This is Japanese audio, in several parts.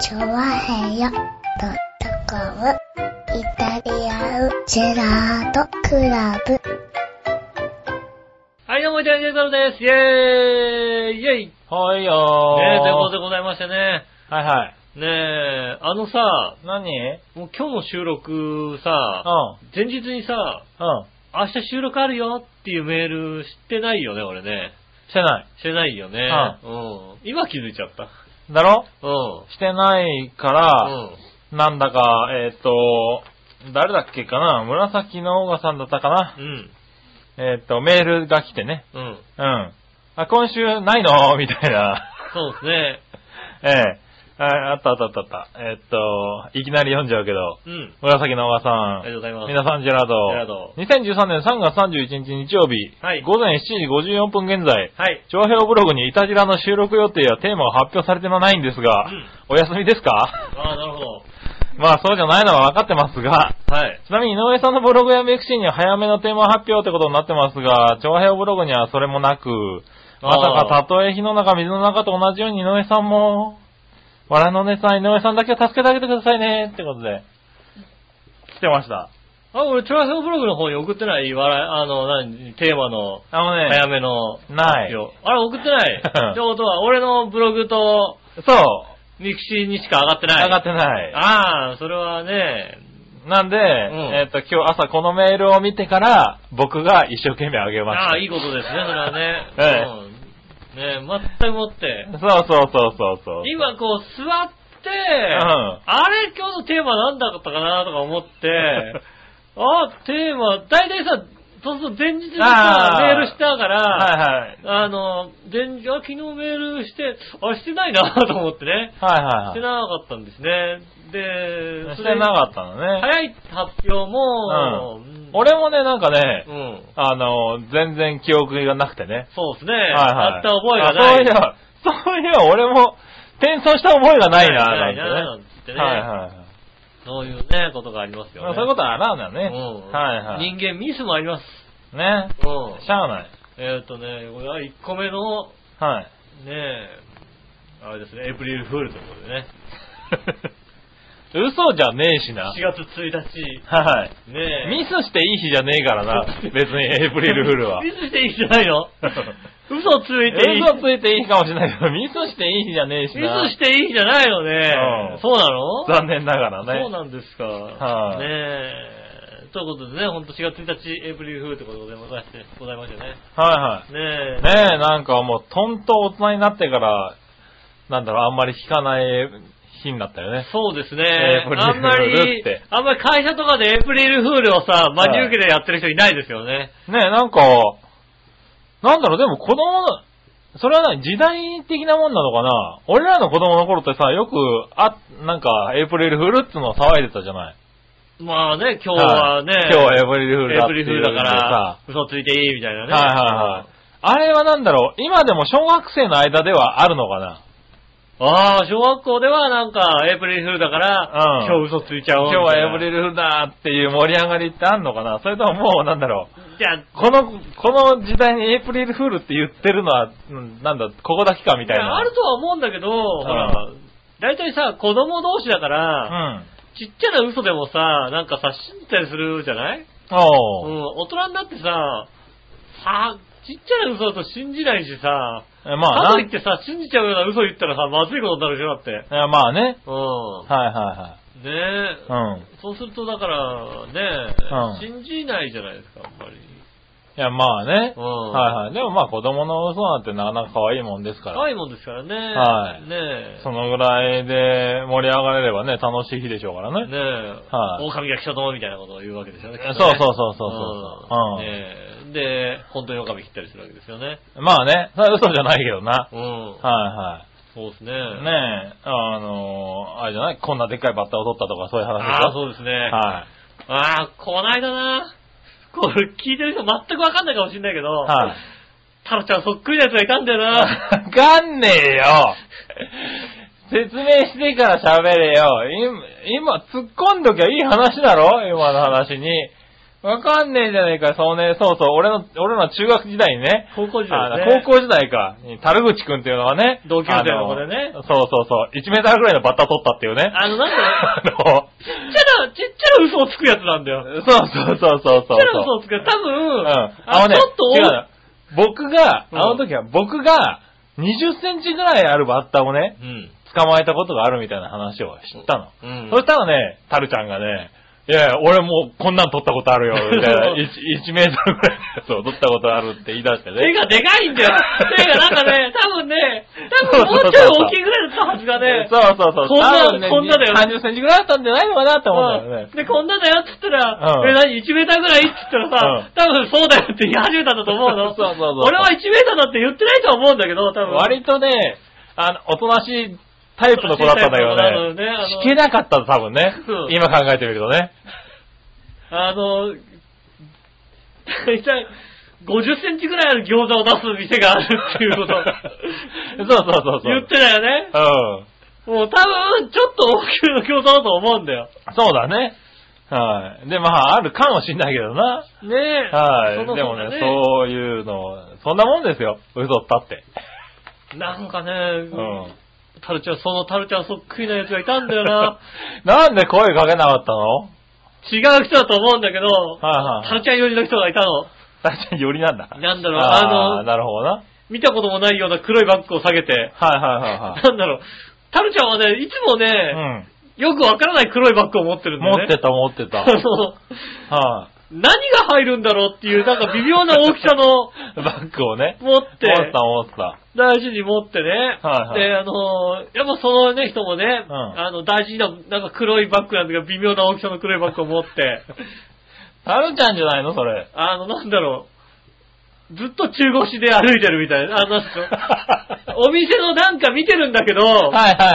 チョワヘヨドットコムイタリアンジェラートクラブ。はい、どうも、イタリアンジェラートです。イェーイイェイねはいよえ、ー。ということでございましてね。はいはい。ねえ、あのさ、何もう今日の収録うさ、ん。前日にさ、うん。明日収録あるよっていうメール知ってないよね、俺ね。してない。してないよね。はうん。今気づいちゃった。だろうん。してないかうら、ん。なんだか、えっ、と、誰だっけかな紫のオガさんだったかなうん。えっ、と、メールが来てね。うん。うん。あ、今週ないの みたいな。そうですね。ええああったあったあったあった。えっ、と、いきなり読んじゃうけど、うん。紫のオガさありがとうごん。ざいます。皆さん、ジェラージェラードド。 2013年3月31日日曜日。はい午前7時54分現在。はい。長編ブログにイタジラの収録予定やテーマを発表されてないんですが、うんお休みで すかああ、なるほど。まあそうじゃないのは分かってますが、はい。ちなみに井上さんのブログやメクシーには早めのテーマ発表ってことになってますが、長編ブログにはそれもなく、まさあーかたとえ火の中水の中と同じように井上さんも、笑いのお姉さん井上さんだけを助けてあげてくださいねってことで、来てました。あ、俺、調和表ブログの方に送ってない笑い、あの、何、テーマのあのね、早めの発表。ないあれ送って ない。ってことは、俺のブログとそう、ミクシーにしか上がってない。上がってない。ああ、それはね、なんで、んえっ、と、今日朝このメールを見てから、僕が一生懸命あげました。ああ、いいことですね、それはね。ええ。ねえ、全くもって。そうそうそうそうそう。今こう座って、んあれ今日のテーマなんだったかなとか思 って、あ、テーマ、大体さ、そうすると前日にさあ、ーメールしたから、はいはい。あの、前日、あ、昨日メールして、あ、してないなと思ってね。しはいはいてはなかったんですね。で、い。してなかっったのたね。早い発表も、うん俺もね、なんかねう、ん。あの、全然記憶がなくてね。そうですね。はいあった覚えがあなそうい。いえば、そういえば俺も転送した覚えがないな、ないななんなんててね。ねはいはい。そういうね、ことがありますよまあね。そういうことはあらんだね。うんはいはい。人間ミスもあります。ね。うん。しゃあない。えっ、とね、これは1個目の、 はねい。え、あれですね、エイプリルフールということでね。嘘じゃねえしな7。月1日、はい。ねえ。ミスしていい日じゃねえからな。別にエイプリルフールは。ミスしていいじゃない の嘘ついていい。嘘ついていいかもしれないけど、ミスしていい日じゃねえしミな。スしていいじゃないのね。うんそうなの残念ながらね。そうなんですか。はいねえ。ということでね、ほんと4月1日、エイプリルフールということでございまして、ございましたね。はねいえ。はい。ねえ、なんかもう、とんと大人になってから、なんだろう、あんまり聞かない日になったよね。そうですエねイプ。リルフールあんまっりて、あんまり会社とかでエイプリルフールをさ、真に受けてやってる人いないですよね。ねえ、なんか、なんだろう、でも子供の、それは何時代的なもんなのかな俺らの子供の頃ってさ、よく、あ、なんか、エイプリルフールっつうのを騒いでたじゃないまあね、今日はね、い今日はエイプリルフールエだイっプていリうルフールだかのでさら、嘘ついていいみたいなね。はいはいはい。あれはなんだろう、今でも小学生の間ではあるのかなああ、小学校ではなんか、エイプリルフールだから、うん今日嘘ついちゃおう今み日たいな。はエブリルフールだっていう盛り上がりってあんのかなそれとももうなんだろう。じゃあ、この、この時代にエイプリルフールって言ってるのは、うんなんだ、ここだけかみたいな。あるとは思うんだけど、ほら、大体さ、子供同士だから、うん。ちっちゃな嘘でもさ、なんかさ、信じたりするじゃないうん、おう、大人になってさ、さ、ちっちゃな嘘だと信じないしさ、えまかあとないっ、てさ、信じちゃうような嘘言ったらさ、まずいことになるでしょ、だって。えまあね。うはいはん。ねえい。はい。うん。いそうすると、だから、ねえ、信じないじゃないですか、あんまり。や、まあね。うんはいはい。でもまあ子供の嘘なんてなかなか可愛いもんですから。可愛いもんですからね。はねいえ。そのぐらいで盛り上がれればね、楽しい日でしょうからね。ねえ、はい狼が来たとみたいなことを言うわけですよね。きっとね そうそうそうそうそう。んうんねえで、本当に狼切ったりするわけですよね。まあね、それは嘘じゃないけどな。うん。はいはい。そうですね。ねえ、あのあれじゃないこんなでっかいバッタを取ったとかそういう話でしああ、ょそうですね。はい。ああ、こないだな。これ聞いてる人全くわかんないかもしれないけど、はい。タロちゃんそっくりなやつがいたんだよわな。 かんねえよ説明してから喋れよ今、今突っ込んどきゃいい話だろ今の話に。わかんねえじゃねえか、そうね、そうそう、俺の、俺の中学時代にね、高校時代あですのね。高校時代か、に樽口くんっていうのはね、同級生の子でねあのそうそうそう、1メーターぐらいのバッタ取ったっていうね。あの、なん か、あちっの、ちゃな、ちっちゃな嘘をつくやつなんだよ。そうそうそうそうちそっう。ちゃな嘘をつくやつ。多分、うん。あのね、ちょっと違うの僕が、うんあの時は僕が、20センチぐらいあるバッタをね、うん。捕まえたことがあるみたいな話を知ったの。うんそしたらね、タルちゃんがね、いやいや、俺もうこんなん取ったことあるよ、 みたいな。そう 1, メートルぐらいのやつを取ったことあるって言い出してね。手がでかいんだ よ。手がなんかね、多分ね、多分もうちょい大きいぐらいだったはずが ね。そうそうそう。こんな多分ねこんなだよ30センチぐらいだったんじゃないのかなって思うんだよねう。んで、こんなだよって言ったら、うんえ、何 ?1 メーターぐらいって言ったらさ、多分そうだよって言い始めたんだと思うの。 そうそうそう俺は1メーターだって言ってないとは思うんだけど、多分。割とね、あの、おとなしいタイプの子だったんだけおとなしいタイプの子なのどねねあの。引けなかった、多分ねそう。今考えてみるとね。あの、大体、50センチぐらいある餃子を出す店があるっていうこと そうそうそうそう。言ってたよね。うん。もう多分、ちょっと大きいの餃子だと思うんだよ。そうだね。はい。で、まあ、あるかもしんないけどな。ねえ。はい。そのでも方がね、そういうの、そんなもんですよ。嘘ったって。なんかね、うん。タルちゃん、そのタルちゃんそっくりなやつがいたんだよ な。なんで声かけなかったの違う人だと思うんだけど、はいはいタルちゃん寄りの人がいたの。確かによりなんだ。なんだろうああのーなるほどな。見たこともないような黒いバッグを下げて。はいはいはいはい。なんだろう、タルちゃんはね、いつもね、 うん。よくわからない黒いバッグを持ってるんだ持よってね。た持 ってた。あのは何が入るんだろうって いう、なんか微妙な大きさの、い。バッグをね。持って、持ってた持ってた。大事に持ってね。はいはいで、あのーやっぱそのね、人もね、うんあの、大事な、なんか黒いバッグなんだけど、微妙な大きさの黒いバッグを持って、 タルちゃんじゃないのそれ。あの、なんだろう、ずっと中腰で歩いてるみたいな、あの、なんすか お店のなんか見てるんだけど、はいはい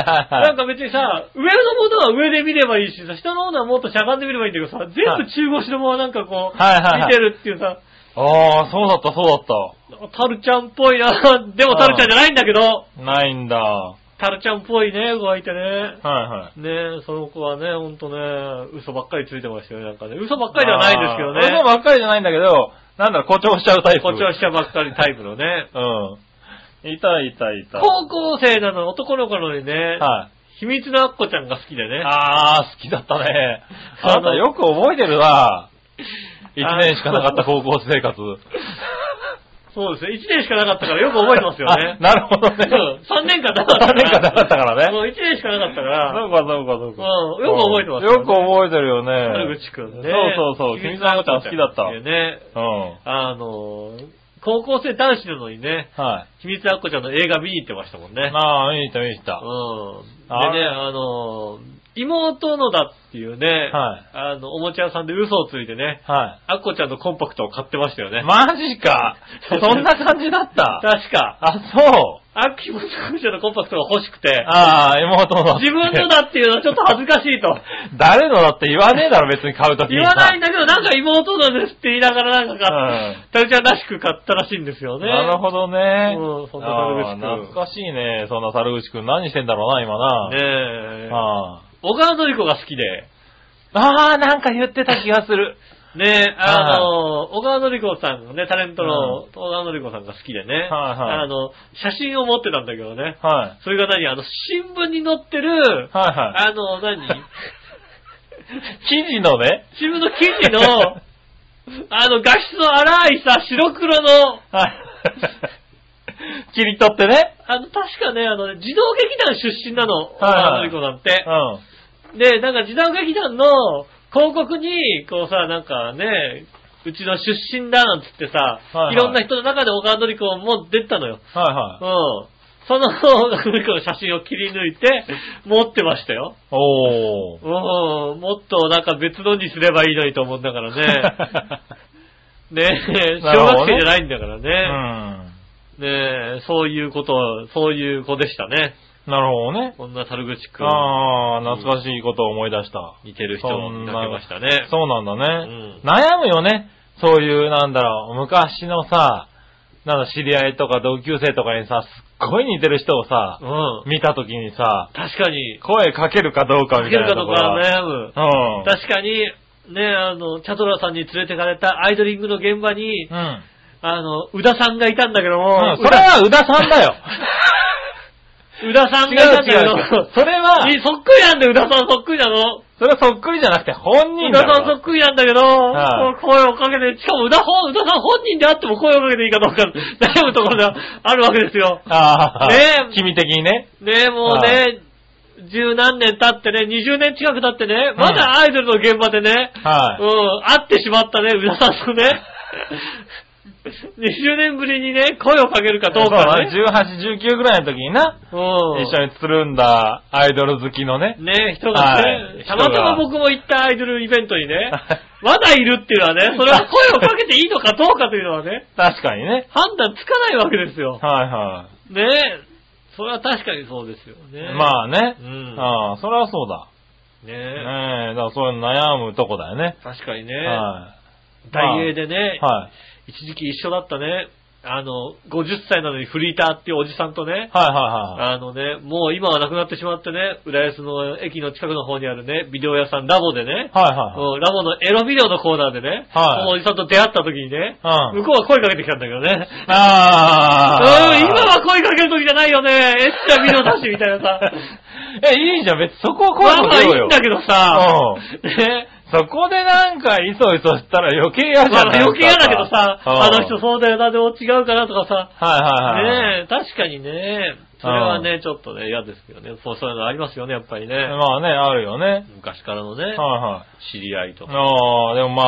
はいはい。なんか別にさ、上のものは上で見ればいいしさ、下のものはもっとしゃがんで見ればいいんだけどさ、全部中腰のままなんかこう、はいはいはい見てるっていうさ、ああ、そうだったそうだっタルちゃんっぽいな、 でもタルちゃんじゃないんだけど、た。ないんだ。はタルちゃんっぽいね、子がいてねい。はい。ねえ、その子はね、ほんとね、嘘ばっかりついてましたよね、なんかね。嘘ばっかりではないんですけどね。あーそうばっかりじゃないんだけど、なんだろう、誇張しちゃうタイプ。誇張しちゃばっかりタイプのね。うん。いたいたいた。高校生なの、男の子なのにね、はい。秘密のアッコちゃんが好きでね。ああ、好きだったね。あのあなたよく覚えてるな。一あの年しかなかった高校生活。そうですね。1年しかなかったからよく覚えてますよね あ。なるほどね。 3年間なかったから。 3年間なかったからねもう1年しかなかったかそら。うかそうかそうか。うんよく覚えてますよよ。よく覚えてるよね。春口くんね。そうそうそう。君さんのこと好きだった。秘密のアッコちゃんいうね、うん。あの、高校生男子なのにね、はい。秘密のアッコちゃんの映画見に行ってましたもんね。ああ、見に行った見に行った。うん。あでね、あの、妹のだっていうね、はいあの、おもちゃ屋さんで嘘をついてね、はアッコちゃんのコンパクトを買ってましたよね。い。マジか。そんな感じだった。確か、 あ、そう。アッキーもアッコちゃんのコンパクトが欲しくて、ああ、妹のだって自分のだっていうのはちょっと恥ずかしいと。 誰のだって言わねえだろ、別に買うときに言さ。わないんだけど、なんか妹のですって言いながらなんか買うっタルちゃんらしく買ったらしいんですよね。 なるほどね。うんそんなあ猿ー口くん懐かしいね。そんな猿口くん何してんだろうな、今な。ねえ。あ小川のり子が好きで、あー、なんか言ってた気がする。ねえ、あの、小川のり子さんのね、タレントのう小川のり子さんが好きでね、はいはいあの、写真を持ってたんだけどね、はそれが何あの、新聞に載ってるい。、はいはあの、何い。記事のね。新聞の記事 の、あの、画質の荒いさ、白黒の、はい。 切り取ってね。あの、確かね、あの、児童劇団出身なの、小川のり子なんてう。ん。で、なんか児童劇団の広告に、こうさ、なんかね、うちの出身だなんつってさ、いはいいろんな人の中で小川のり子も出てたのよ。はいはい。うん。その、古くの写真を切り抜いて、持ってましたよ。おーう。ん。もっとなんか別のにすればいいのにと思うんだからね。ねえ、なる小ほど学ね生じゃないんだから うね。ん。ねえ、そういうことを、そういう子でしたね。なるほどね。こんな猿口くん、ああ、懐かしいことを思い出した。似てる人を見かけましたね。そうなんだうんね。悩むよね。そういう、なんだろう、昔のさ、なんだ、知り合いとか同級生とかにさ、すっごい似てる人をさう、ん。見たときにさ、確かに、声かけるかどうかみたいなところ。かけるかどうか悩む。うん。確かに、ね、あの、チャトラさんに連れてかれたアイドリングの現場に、うん。あの、宇田さんがいたんだけどうんも、それは宇田さんだよ。 宇田さん違うがいたんだけ違ど、う。それは、え そっくりなんだよ、宇田さんそっくりなの。それはそっくりじゃなくて本人宇だ田からさんそっくりなんだけど、はい声をかけて、しかも宇田本宇田さん本人であっても声をかけていいかどう か悩むところがあるわけですよ。ああ、ねえ君的にね。ねえ、もうね、十何年経ってね、二十年近く経ってね、まだアイドルの現場でね、はい。うん、会ってしまったね、宇田さんとね。20年ぶりにね、声をかけるかどうかね。そう18、19ぐらいの時にな、うん。一緒につるんだアイドル好きのね。ね人がはね、いたまたま僕も行ったアイドルイベントに ね、まだいるっていうのはね、それは声をかけていいのかどうかというのはね、確かにね。判断つかないわけですよ。はいは ねそれは確かにそうですよね。い。まあねう。ん。ああ、それはそうだ。ねねえ、だからそういうの悩むとこだよね。確かにね、は大英でねい。、はい。一時期一緒だったね、あの、50歳なのにフリーターっていうおじさんとね、はいはいはい。あのね、もう今はなくなってしまってね、浦安の駅の近くの方にあるね、ビデオ屋さんラボでね、はいはいはい。うんラボのエロビデオのコーナーでね、はいそのおじさんと出会った時にね、うん向こうは声かけてきたんだけどね。うん、ああ。今は声かける時じゃないよね、エッチなビデオだし、みたいなさ。 え、いいじゃん、別にそこはまあ声まかあけいろいよん。だけどさ、うね、そこでなんか、いそいそしたら余計嫌じまゃないあ余計嫌だけどさ、うんあの人そうだよな、でも違うかなとかさ、はいはいはい。ね確かにね、それはね、ちょっとね、嫌ですけどね、そうそういうのありますよね、やっぱりね。まあね、あるよね。昔からのね、はいはい。知り合いとか。ああ、でもま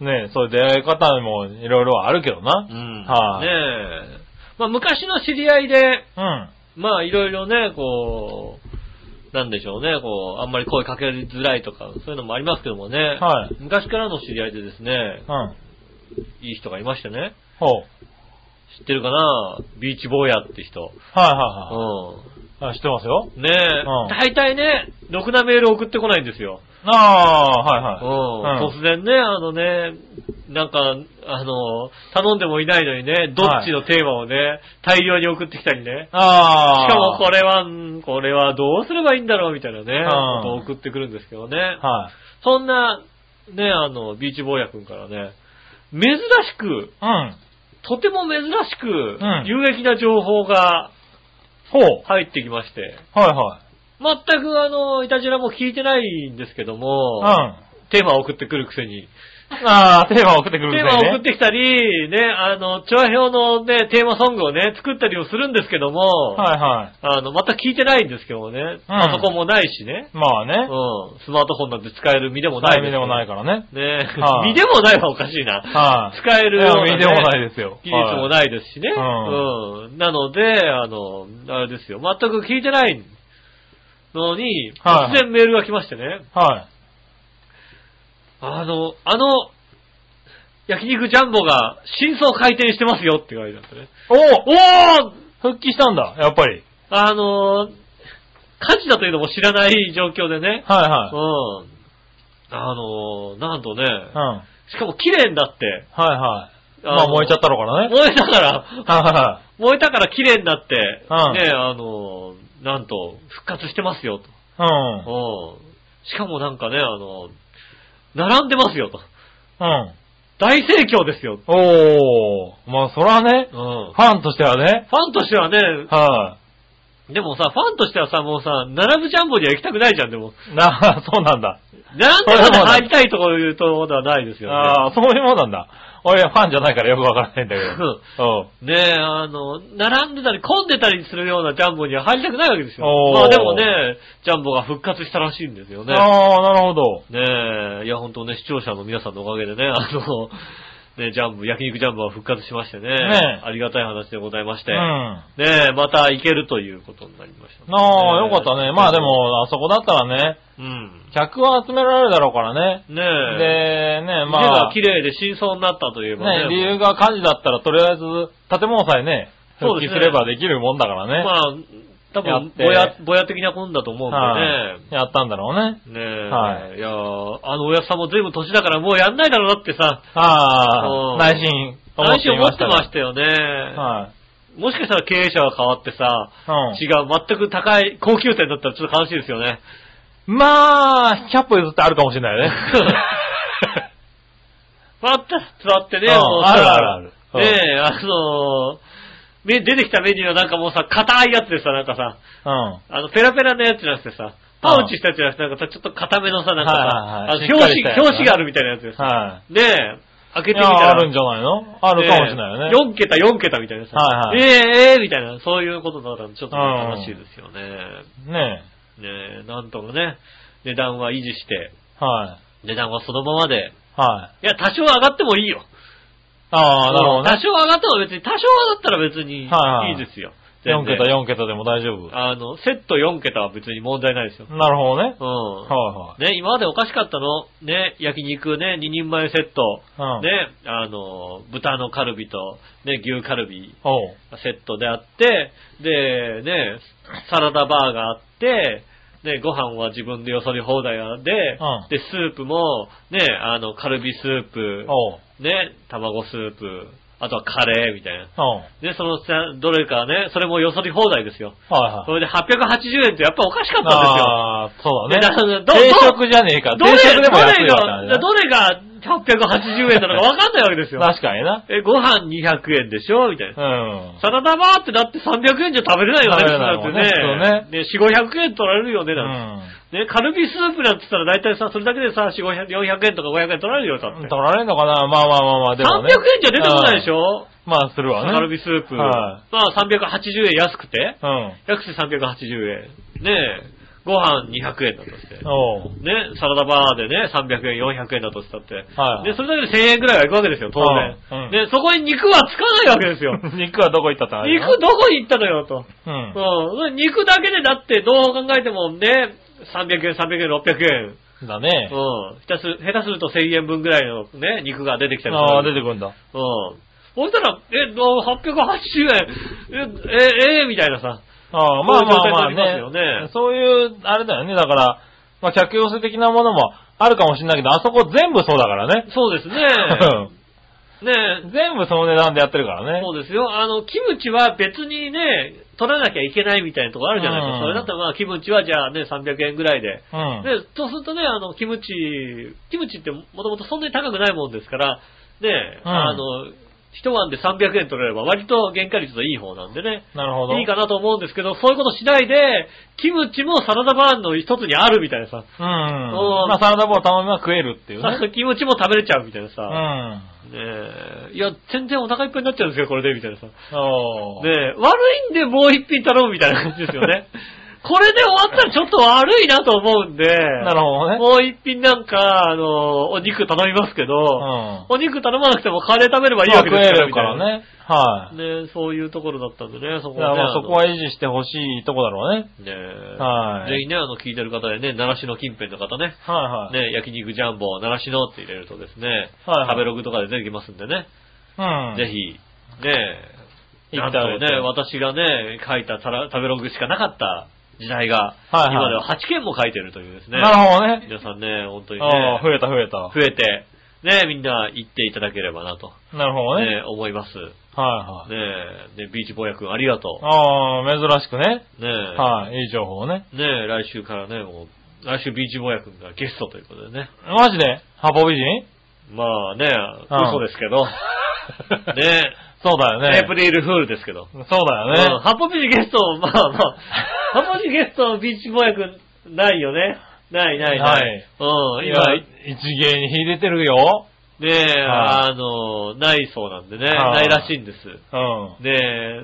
あ、ね、そういう出会い方もいろいろあるけどなう。んはいねえ。まあ昔の知り合いで、うん。まあいろいろね、こう、なんでしょうね、こう、あんまり声かけづらいとか、そういうのもありますけどもね。はい昔からの知り合いでですね、うん。いい人がいましてね。ほう。知ってるかなビーチ坊やって人。はいはいはういあ。知ってますよ。ん。ねえ、うん大体ね、ろくなメール送ってこないんですよ。ああ、はいはい。突然ね、あのね、なんか、あの、頼んでもいないのにね、どっちのテーマをね、大量に送ってきたりね。あしあ。かもこれは、うんこれはどうすればいいんだろうみたいなね、んことを送ってくるんですけどね。はい。そんな、ね、あの、ビーチ坊やくんからね、珍しく、うん。とても珍しくうん、有益な情報がほう。入ってきまして、はいはい。全くあの、いたじらも聞いてないんですけどうもん。、あテーマを送ってくるくせに、あ、テーマ送ってくるみテーたマいをね。送ってきたり、ね、あの、調和表のね、テーマソングをね、作ったりをするんですけども、はいはい。あの、また聞いてないんですけどもね、パソコンもないしね、まあうね。ん、スマートフォンなんて使える身でもな悩いみでもないかからね。ら。ね、はい 身でもないはおかしいな。はい。使えるような、ね、悩みでもないですよ。技術もないですしね、はうん。なので、あの、あれですよ、全く聞いてないのに、はい突然メールが来ましてね、はい。あの、あの、焼肉ジャンボが真相回転してますよって言われたんですね。はい。おーお復帰したんだ、やっぱり。あのー、火事だというのも知らない状況でね。はいうはい。ん。あのー、なんとね、うん。はいしかも綺麗になって、はい。あのまあ燃えちゃったのからね。燃えたから、はいは燃えたから綺麗になって、うんね、あのー、なんと復活してますよと。いはい。うん。うん。しかもなんかね、あのー、並んでますよと。うん。大盛況ですよ。おー。まあ、そらねう、ん。ファンとしてはね、ファンとしてはね、はでもさ、ファンとしてはさ、もうさ、並ぶジャンボには行きたくないじゃん、でも。い、な、 そうなんだ。並んでまで入りたいところ言うところではないですよね。ああ、そういうもんなんだ。俺はファンじゃないからよくわからないんだけど。ねえ、あの、並んでたり混んでたりするようなジャンボには入りたくないわけですよ。おまーあでもね、ジャンボが復活したらしいんですようねん。。ああ、なるほど。ねえ、いや本当ね、視聴者の皆さんのおかげでね、 あの、ね、ジャンボ、焼肉ジャンボが復活しましてね、ねえありがたい話でございまして、うん。あねえ、また行けるということになりました、あ、よかったね。まあで、も、あそこだったらね、うん。客は集められるだろうからね。ねで、え、ね、ま家あ、が綺麗で真相になったといえばね。ね、理由が火事だったら、とりあえず、建物さえね、そう復で帰すすねればできるもんだからね。まあ、多やっ分てぼや、ぼや的なもんだと思うんはいでやったんだろうね。ね。ねえ、、はいやーあのおやつさんも随分年だからもうやんないだろうなってさ、あうあ、ん内心思っ話てをい持まっしてたまが。したよね。はい。もしかしたら経営者が変わってさ、うん。違う、全く高い、高級店だったらちょっと悲しいですよね。 まあ、100歩譲ってあるかもしれないね。パッと座ってね、うんもうさあるあるあるうんねえ、あの、め出てきたメニューはなんかもうさ、硬いやつでさ、なんかさ、うん。あの、ペラペラのやつじゃなくてさ、パウチしたやつじゃなくて、なんかさ、ちょっと硬めのさ、なんかさ、はいはいはいあの表しっか紙、りしたやつな表紙があるみたいなやつでさ、はねえ、開けい。ていみたやら。あるんじゃないのあるかもしれないよね。 4桁、4桁みたいなさ。はいはいええええみたいな、そういうことだったらちょっと悲しいですよね。ねねえ、なんとかね、値段は維持して、え。はい。値段はそのままで。はい。いや、多少上がってもいいよ。ああ、なるほど多ね。少上がっても別に、多少だったら別にいはいはいいですよ。 4桁、 4 4桁でも大丈夫。あの、セット4桁は別に問題ないですよ。なるほどね。うん。はね、今までおかしかったの。ね、焼肉ね、2人前セット。いはい。うん。ね、あの、豚のカルビと、ね、牛カルビ。おう。セットであって、で、ね、サラダバーがあって、で、ご飯は自分でよそり放題で、んで、スープも、ね、あの、カルビスープ、おう。ね、卵スープ、あとはカレーみたいな。おう。で、そのさ、どれかね、それもよそり放題ですよ。はいはいそ。れで880円ってやっぱおかしかったんですよ。ああ、そうでだだからね。ど定食じゃねえか。どれ定食でも安いよどれが、どれが880円なのかわかんないわけですよ。確かにな。え、ご飯200円でしょみたいな。うん。サラダバーってだって300円じゃ食べれないよね、食べれないもんねだってね。ね、4、500円取られるよね、うなんん。て。ね、カルビスープなんて言ったら大体さ、それだけでさ、4、500 400円とか500円取られるよ、だって。取られんのかなまあまあまあまあ、でも300ね。円じゃ出てこないでしょょまあ、するわね。カルビスープ。はまあ380円安くて、うん。安くて380円。ねご飯200円だとして。おう。ね、サラダバーでね、300円、400円だとしたって。はいで、それだけで1000円くらいはいくわけですよ、当然。うんうんで、そこに肉はつかないわけですよ。肉はどこ行った ってあるよ肉どこに行ったのよ、と。うん。うん。肉だけでだって、どう考えてもね、300円、300円、600円。だね。うん。下手す下手すると1000円分ぐらいのね、肉が出てきたりする。ああ、出てくるんだ。うん。そしたら、え、どう880円、え、え、えみたいなさ。ああ、まあまあまあそういう状態になりますよねね。そういう、あれだよね。だから、まあ、客寄せ的なものもあるかもしれないけど、あそこ全部そうだからね。そう ですね。ねうん全部その値段でやってるからね。そうですよ。あの、キムチは別にね、取らなきゃいけないみたいなとこあるじゃないですうか。んそれだったらまあ、キムチはじゃあね、300円ぐらいで。うん。で、そうするとね、あの、キムチ、キムチってもともとそんなに高くないもんですから、ね、うんあの、一晩で300円取れれば割と原価率のいい方なんでね、なるほど。いいかなと思うんですけど、そういうことしないで、キムチもサラダバーンの一つにあるみたいなさ、うん。んまあ、サラダボー頼めば食えるっていうね。 キムチも食べれちゃうみたいなうさ、ん。ねえいや、全然お腹いっぱいになっちゃうんですよ、これで、みたいなさ。おーねえ悪いんでもう一品頼むみたいな感じですよ ね。これで終わったらちょっと悪いなと思うんで、なるほどね。もう一品なんか、あの、お肉頼みますけど、うん。お肉頼まなくてもカレー食べればいいまあわけ食でえすからるみたかいならね。はい。ねそういうところだったんでね、そこだからはね。まあそこは維持してほしいとこだろうね。あのねはいぜひね、あの、聞いてる方でね、奈良市の近辺の方ね、はいはい。ね、焼肉ジャンボ、奈良市のって入れるとですね、はいはい食べログとかで出てきますんでね、うん。ぜひ、ねな行んっとてあげてね、私がね、書いたたら食べログしかなかった時代が、はいはい今では8件も書いてるというですね。なるほどね。皆さんね、本当にあねあ、、増えた増えた。増えて、ね、みんな行っていただければなと、なるほどね。ね、思います。はいはい。ねね、ビーチボーヤくんありがとああ、珍しくね。う。ねはい、いい情報ね。ね来週からね、もう、来週ビーチボーヤくんがゲストということでね。マジでハポ美人まあね、うん嘘です けど、ねそうだよエイねプ。リルフールですけど。そうだね、よね。ハポビジゲスト、まあま あ、ハポビジゲスト、ビーチボーヤくん、ないよね。ないないない。うん、今、今、一芸に秀でてるよ。ねえ、はあの、ないそうなんでね、はいないらしいんです。うねえ、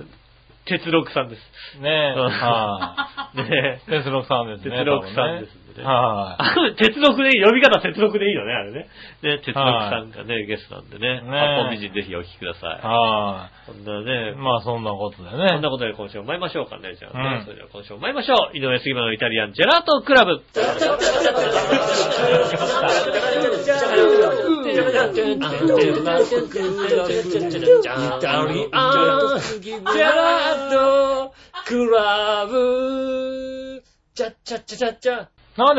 鉄六さんです。ん。ねえ。うんはね い。鉄六さんでえ、す鉄ね。六さんで多すん分でね。ねはあ鉄六でいい、呼び方鉄六でいいよね、あれね。ね、鉄六さんがね、ゲストなんでね、ねえ八方美人ぜひお聞きくだい。さ。はいこんなね い。、まあ、そんなことだよそんなね。ことで今週も参りましょうかね、じゃあね、うんそれでは今週も参りましょう。井上杉村のイタリアンジェラートクラブ。なんで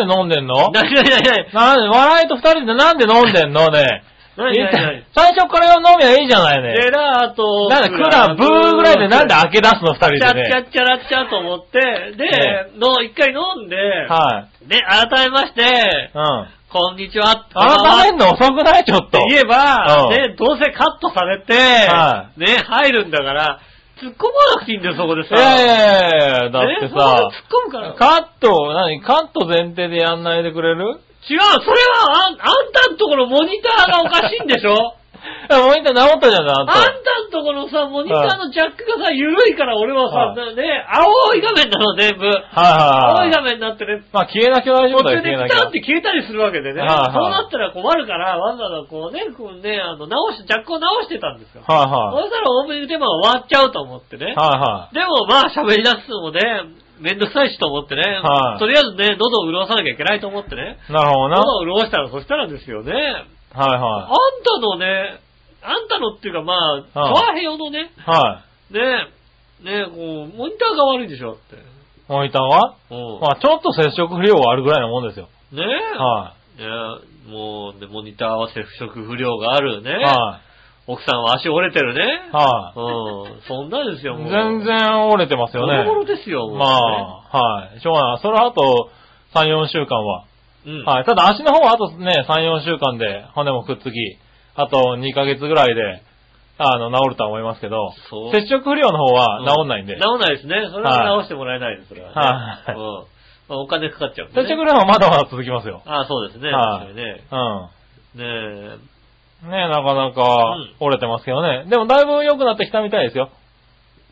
飲んでんのなになになになになんで、笑いと二人でなんで飲んでんのね。何何何最初から飲みゃいいじゃないジねェ。ラートなんでクラブーぐらいでなんで開け出すの二人チャでッチャね。ッチャラッチャと思って、でえ、の、一回飲んで、はい。で、改めまして、うん。こんにちは、改めんの遅くないちょっとって。言えば、うんね、どうせカットされて、はね、入るんだから、突っ込まなくていいんだよ、そこでいさ。やいやいやいや、だってねそこさ、で突っ込むから。カット、何カット前提でやんないでくれる違う、それはあん、あんたんとこのモニターがおかしいんでしょ あもう一回直ったじゃん、あんあんたた。んとこのさ、モニターのジャックがさ、緩いから俺はさ、はね、青い画面なの、全部。は青いはいい画はい。面になってね、まあ消えなきゃ大途丈夫だよ、中で消えなピきゃタンっ。て消えたりするわけでね。はいはいそうなったら困るから、わざわざこうね、こうね、あの、直し、ジャックを直してたんですよ。はそしたらオープニングテーマは終わっちゃうと思ってねいはい。。はでもまあ喋り出すのもね、めんどくさいしと思ってね、はいとりあえずね、喉を潤さなきゃいけないと思ってね。いはい。なるほどな。喉を潤したら、そしたらですよね、はいあんはたのね、あんたのっていうかまあ、チワヘヨのね、い。はい。ね、ね、こう、モニターが悪いでしょって。モニターはうん。まあちょっと接触不良があるぐらいなもんですよ。ねはねもう、で、モニターは接触不良があるね。い。は奥さんは足折れてるねい。。はうん。そんなですい。よ、もう。全。然折れてますボよロボロね。ですよ、もうまあ、はい。しょうがない。それあと、3、4週間は。うん。はい。ただ足の方はあとね、3、4週間で骨もくっつき、あと2ヶ月ぐらいで、あの、治るとは思いますけど、そう接触不良の方は治んないんで。治んないですね。それは直してもらえないです、それはね。はいうん。まあ、お金かかっちゃうんで、ね。接触不良はまだまだ続きますよ。ああ、そうですね。は確いかにね。うん。ねねえ、なかなかうん折れてますけどね。でもだいぶ良くなってきたみたいですよ。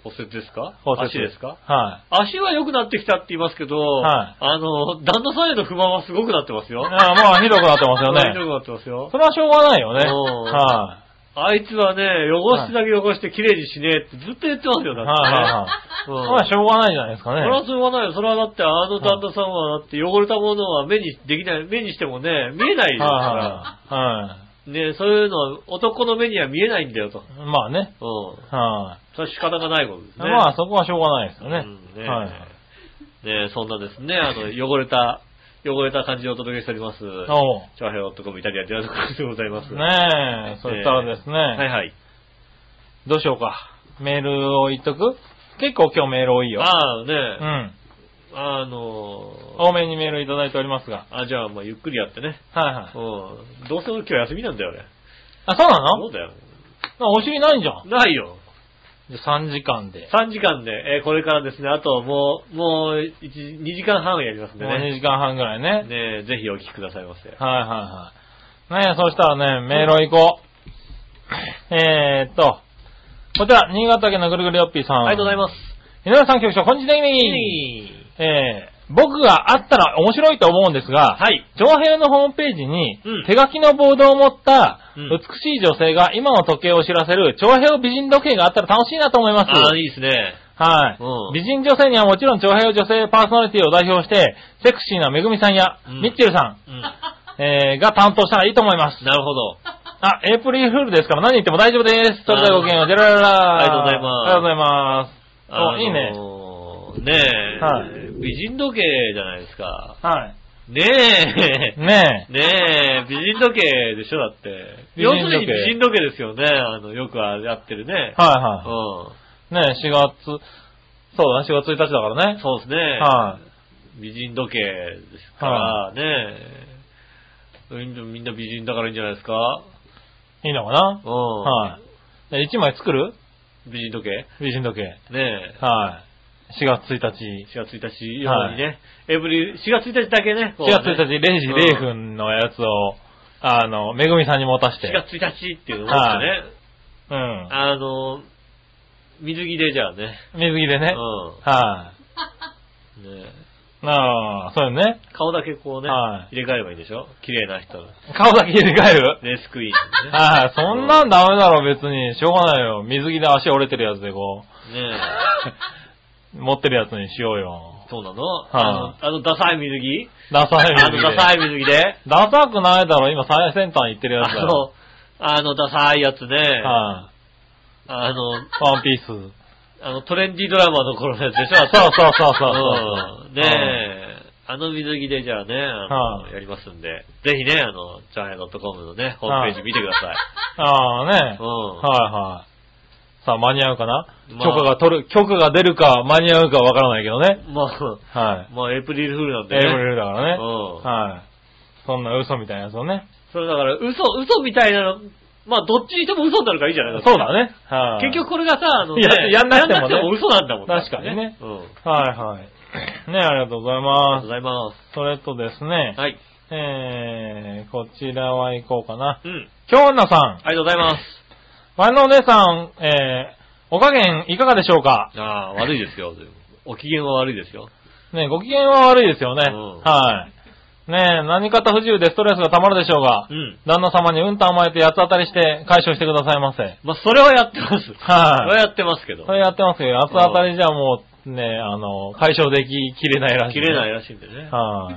え、骨折ですか骨折足ですかはい。足は良くなってきたって言いますけど、はいあの、旦那さんへの不満はすごくなってますよ。ああまあ、ひどくなってま すよひねど。くなってますよそ。れはしょうがないよね。うんはあいつはね、汚してだけ汚して綺麗にしねえってずっと言ってますよ、い。だはいっはいはい。てね。うんまあ、しょうがないじゃないですかねそ。れはしょうがないよ。それはだって、あの旦那さんは、だって汚れたものは目にできない、目にしてもね、見えないですから。はいはねそういうのは男の目には見えないんだよと。いはい。まあね。うん。はそれは仕方がないことですい。ね。まあ、そこはしょうがないですよね。うんねはい。ねそんなですね、あの、汚れた、汚れた感じをお届けしております。おう。チャヘオットコムイタリアンというところでございます。ねえ、そしたらですね、はいはい。どうしようか。メールを言っとく結構今日メール多いよ。ああうね、ん。あの多めにメールいただいておりますが。あ、じゃあ、まあゆっくりやってね。はいはい。うん。どうせ俺今日休みなんだよね。あ、そうなそのうだよ。あお尻ないんじゃん。ないよ。じゃあ3時間で。 3時間で、えーこれからですね、あともう、もう1、2時間半やりますんでもう2ね。時間半ぐらいね。ねぜひお聞きくださいませ。はいはいはい。ねえ、そしたらね、メールを行こう。えーっと、こちら、新潟県のぐるぐるよっぴーさん。。ありがとうございますす。井上さん局長、こんにちは。えー、僕があったら面白いと思うんですが、はい。上平のホームページに、うん手書きのボードを持ったうん美しい女性が今の時計を知らせる長平美人時計があったら楽しいなと思います。ああ、いいですね。はい、うん美人女性にはもちろん長平女性パーソナリティを代表して、セクシーなめぐみさんや、うんミッチェルさうん。ん、えーが担当したらいいと思います。なるほど。あ、エイプリルフールですから何言っても大丈夫です。それではごきげんよう。ジェラララありがとうございますありがとうございます。 おあのーいいね。ねえ、はい美人時計じゃないですか。はい。ね え、ねえ。ねえ、美人時計でしょ、だって。美要人す時計るに美人時計ですよね。あの、よくやってるね。はいはい。うねえ、4月、そうだね、4月1日だからん。ね。そうですね。は美人時計ですから、ねえ。みんなみんな美人だからいいんじゃないですか。い。いいのかなうん。はい。1枚作る美人時計美人時計。ねえ。はい。4月1日。 4月1日用にね、エブリ、4月1日だけね、こう4ね月1日0時うん0分のやつを、あの、めぐみさんに持たし4て。月1日っていうのを持ってね、うん。あの、水着でじゃあね、水着でね。はうん。ねい。なあ、そうよね。顔だけこうね、はい入れ替えればいいでしょ綺麗な人の。顔だけ入れ替えるレースクイーンね。はい。そんなんダメだろ、別に。しょうがないよ。水着で足折れてるやつでこねう、持ってるやつにしよう よ。そうなの、はあの、あのダサい水着ダサい水あ着で。のダサい水着でダサくないだろ、今最先端行ってるやつあだよ。の、あのダサいやつね、はあの、い。ワンピース。そうあのトレンディードラマの頃のやつでしょそうそうそうそうう。んねえ、あの水着でじゃあね、あのはやりますんで、ぜひね、あの、チャンネル .com のね、ホームページ見てください。ああね。うはん。いはい。さあ、間に合うかなまあ許可が取る、許可が出るか間に合うかわからないけどね。まあ、はまあ、エイプリルフールなんい。でエイね。ブリルだかうらん。ね。はそんな嘘みたいなやつをね。それだから、嘘、嘘みたいなの、まあ、どっちにしても嘘になるからいいじゃないそうだ。ね。はだっい。て結局これがさ、あの、いやねやんなくてもねやん嘘なんだもん確かにねうん。はいはい。ね、ありがとうございありがとうま。ございますそれとですねす。、はい。えー、こちらは行こうかな。うん。京女さん、ありがとうございます。万能お姉さん、えー、お加減いかがでしょうかああ、悪いですよ。お機嫌は悪いですよ。ね、ご機嫌は悪いですよね。うんはい。ね何かと不自由でストレスが溜まるでしょうが、うん。旦那様にうんと甘えて八つ当たりして解消してくださいませ。まあ、それはやってます。それははい。やってますけど。それやってますけど、八つ当たりじゃもう、ね、あの、解消でききれないらし切い。れないい。らしいんでね。は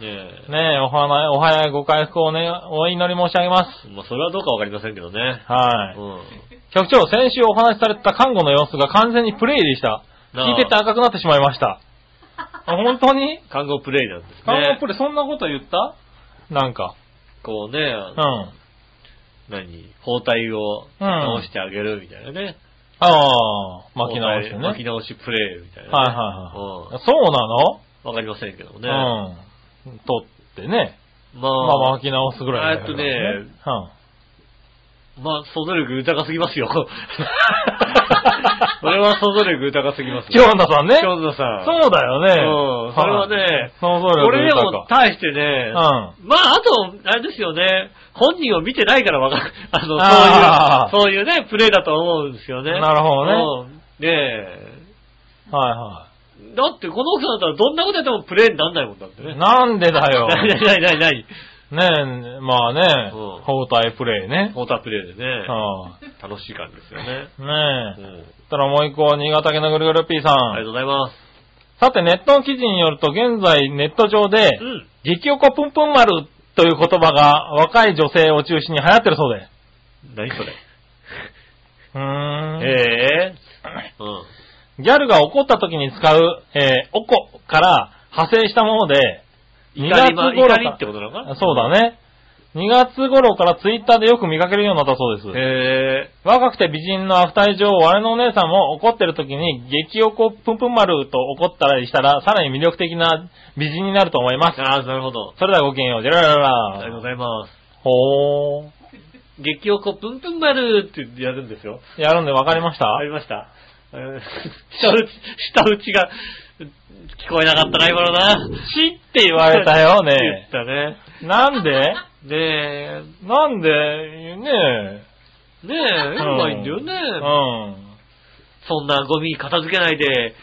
い。ねえ。ねお花、お早いご回復をね、お祈り申し上げます。まあ、それはどうかわかりませんけどね。はうい。ん。局長、先週お話しされてた看護の様子が完全にプレイでした。なあ聞いてて赤くなってしまい ました。あ本当に看護プレイなんですね。看護プレイ、そんなこと言ったなんか。こうね、あうのん。何包帯を直してあげるみたいなね。ああ、巻き直してね。巻き直しプレイみたいなね。はいはいはうんい。そうなのわかりませんけどもね。うん。取ってね。ままあ巻き直すぐらいだけえーっどとねうん。まあ、想像力豊かすぎます よ。それは想像力豊かすぎます京奈さんね。京田さん。そうだよね。うんそれはね想像こ力れで豊も、か。対してね、まあ、あと、あれですよね、本人を見てないからわかる。 あの、あーそういう、そういうね、プレイだと思うんですよね。なるほどどね。ねうん。はいはえ。だって、この奥さんだったらどんなことやってもプレイになんないもんだってね。い。なんでだ よ。なになになになにねえ、まあねうん、包帯プレイね。モータープレイでね、は楽しい感じですよね。い。うねえ。ん。そしたらもう一個、新潟県のぐるぐる P さありがとうごん。ざいます。さて、ネットの記事によると、現在ネット上でう、ん。激おこぷんぷん丸という言葉が若い女性を中心に流行ってるそうで。何それ。うーん。ええうん。ギャルが怒った時に使う、えー、おこから派生したもので、怒2月りま、頃怒りっかてことなのかなそうだ。ね。2月頃からツイッターでよく見かけるようになったそうです。へえ若くて美人のアフタイ女王、我のお姉さんも怒ってる時に、激おこぷんぷん丸と怒ったりしたら、さらに魅力的な美人になると思います。ああ、なるほど。それではごきげんよう。じゃららありがとうごらら。ざいます。ほー。激おこぷんぷん丸ってやるんですよ。やるんで分かりましたありました。えー 下打ち、下打ちが聞こえなかったな、今のな。。死って言われたよ ね言ったね。なんでで、なんでねねえ、やればいいんだよね。え。うん。そんなゴミ片付けないで、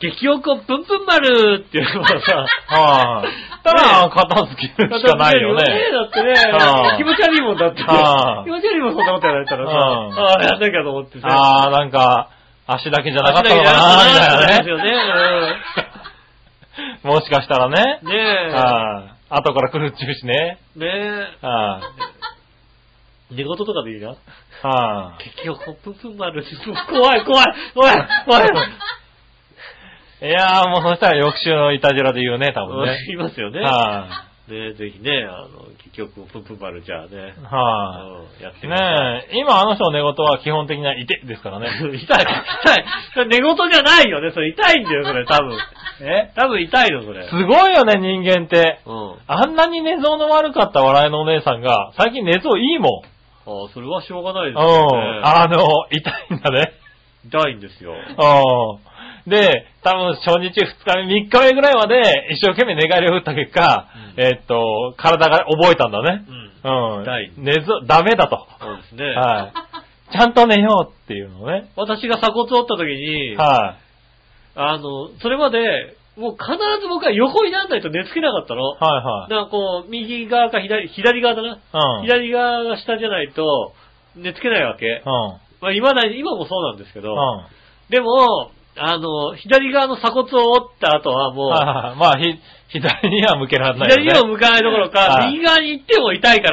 激おこぷんぷん丸って言えばさ、はい。たら、片付け るしかないよ片ね。付けるよねだはってね、い気持ち悪いもんだって。気はい持ち悪いもんそんなことやられたらさ、うんああ、やんなきゃと思ってさ。ああ、なんか、足だけじゃなかったのかあな、みんなたきゃいと思ってですよなね。ね。もしかしたらねう。んねえ。はい。後から来るっちゅうしね。ねはい。え。寝言とかでいいな。はい。結局、プンプン丸。 怖い、怖い、怖い、怖い。いやー、もうそしたら翌週のイタジラで言うね、多 分ね。いますよね。はねぜひね、あの、結局、プンプン丸じゃあねい。、はうんやってい。みたい。ねえ、今あの人の寝言は基本的には痛いですからね。 痛い、痛い。それ寝言じゃないよね。それ痛いんだよ、そ れ、多分。え多分痛いの、それす。ごいよね、人間って。うん。ああんなに寝相の悪かった笑いのお姉さんが、最近寝相いいもん。あ、それはしょうがないうでん。すよね。あの、痛いんだね。痛いんですよ。 うん。で、多分初日、二日目、三日目ぐらいまで一生懸命寝返りを打った結果、うんえっと、体が覚えたんだねう。ん。うん。痛い寝ず、ダメだと。そうですね。はい。ちゃんと寝ようっていうのね。私が鎖骨折った時に、はあの、それまで、もう必ず僕は横にならないと寝つけなかったの。い。はいなんかこう、右側か左、左側だな。はい。うん。左側が下じゃないと、寝つけないわけ。うん。まあ、今だに、今もそうなんですけうどん。、はでも、あの、左側の鎖骨を折った後はも、いうはいまあ、ひ、左には向けられないよ左ね。にも向かないどころか、はい右側に行っても痛いか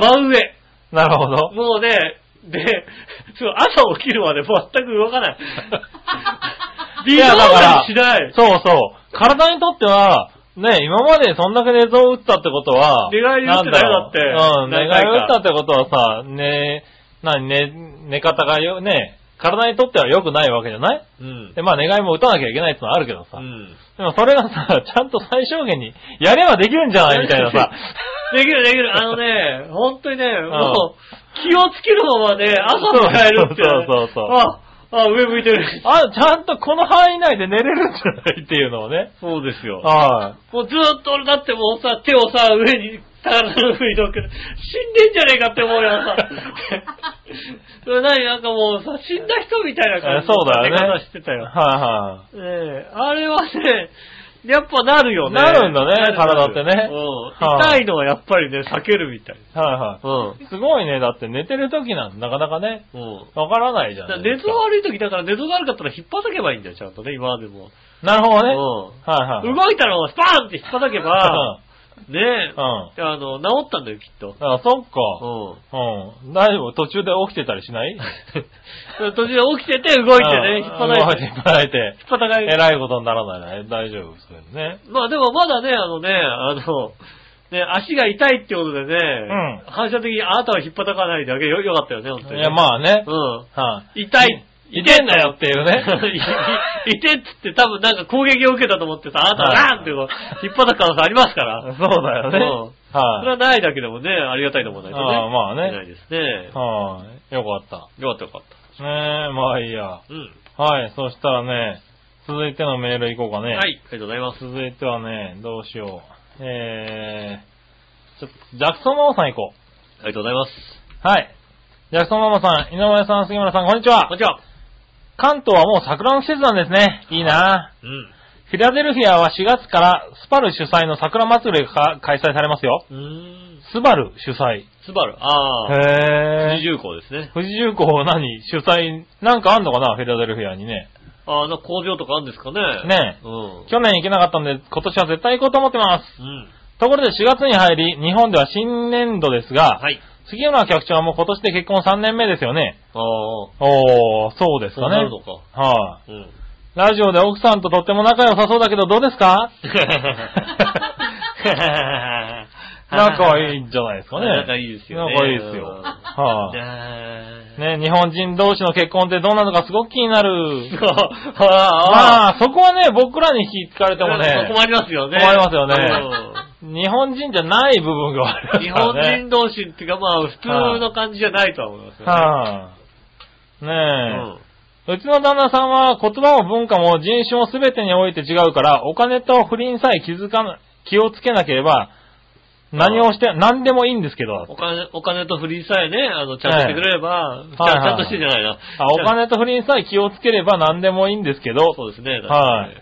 ら、いは真上。なるほど。もうね、で、そう朝起きるまで全く動か ない。微い妙やだからなしない。そうそう。体にとっては、ね、今までそんだけ寝相を打ったってことは、寝返り打ってないよだってなんだろううん、何寝回返かり打ったってことはさ、ね、なに、ね、寝方がよ、ね、体にとっては良くないわけじゃないうんで、。まあ寝返りも打たなきゃいけないってのはあるけどさ。うん でもそれがさ、ちゃんと最小限にやればできるんじゃないみたいなさ。できるできる。あのね、本当にね、んもう、気をつけるのはね、朝迎えるって。そうそうそうそうあ、あ、上向いてる。あ、ちゃんとこの範囲内で寝れるんじゃないっていうのをね。そうですよは。もうずーっと俺だってもうさ、手をさ、上に、体の上に乗っけて、死んでんじゃねえかって思うよさ。それ何なんかもうさ、死んだ人みたいない感えじそうだよね。の立て方してたよ。はええあれはね、やっぱなるよね。なるんだねな体ってねうんはい痛いのはやっぱりね、避けるみたい。いはい。はいうはい。すごいね。だって寝てる時なんてなかなかね、ん。うん。わからないじゃだからん。熱が悪い時だから熱が悪かったら引っ叩けばいいんだよ、ちゃんとね、今までも。なるほどね。うはいはい。ん。動いたのをスパーンって引っ叩けば、ねえ、うあの、治ったんだよ、きっと。ん。あ、そっうか。ん。うん。大丈夫途中で 起きてたりしない途中で起きてて動いてね、引っ叩いて。うん引引っ張いて。っ叩かれえる。らいことにならないね。大丈夫、そういうのね。まあでもまだね、あのね、あの、ね、足が痛いってことでね、うん反射的にあなたを引っ叩かないだけよ、よかったよね、本当に。いや、まあね。うん。は痛い。い。いてんなよっていう ね。いてっつって多分なんか攻撃を受けたと思ってさ、あなたははいラーンってこう、引っ張った可能性ありますから。そうだよね。それははないだけでもね、ありがたいと思わないとね。ああまあねいけないですねい。。はい。よかっ。よかったよかったねえ、まあいいや。た。うん。はい、そしたらね、続いてのメールいこうかね。はい、あ。りがとうございます。続いてはね、どうしよう。えー、ちょっと、ジャクソンママさんいこありがとうございます。う。はい。ジャクソンママさん、井上さん、杉村さん、こんにちこんは。にちは。関東はもう桜の季節なんですね。いいなうん。フィラデルフィアは4月からスパル主催の桜祭りが開催されますよ。うーん。スバル主催。スバル。ああ。へ二重工ですね。富士重工は何主催、なんかあんのかなフィラデルフィアにね。ああ、なんか工場とかあるんですかね。ねう去年行けなかったんで、今年は絶対行こうと思ってます。ん。うん。ところで4月に入り、日本では新年度ですが、はい。杉村局長も今年で結婚3年目ですよね。ああ。おー、そうですそうかなねる。のか。はい、う ん。ラジオで奥さんととっても仲良さそうだけどどうですか 仲いいんじゃないですかね。仲いいですよね。仲いいですよ。はい、ねね、日本人同士の結婚ってどうなのかすごく気になる。ああ、まあ、そこはね、僕らに聞かれてもね、困りますよね。困りますよね日本人じゃない部分があうんる日か本らね。人同士っていうか、まあ、普通の感じじゃないとは思いますよね。はい、うねんえ、うちの旦那さんは言葉も文化も人種も全てにおいて違うから、お金と不倫さえ気づかな、気をつけなければ、何をして、何でもいいんですけど、お金、お金と不倫さえね、あの、ちゃんとしてくれれば、ちゃんはいはいちゃんとしてじゃないな。あお金と不倫さえ気をつければ何でもいいんですけど、そうですね、はい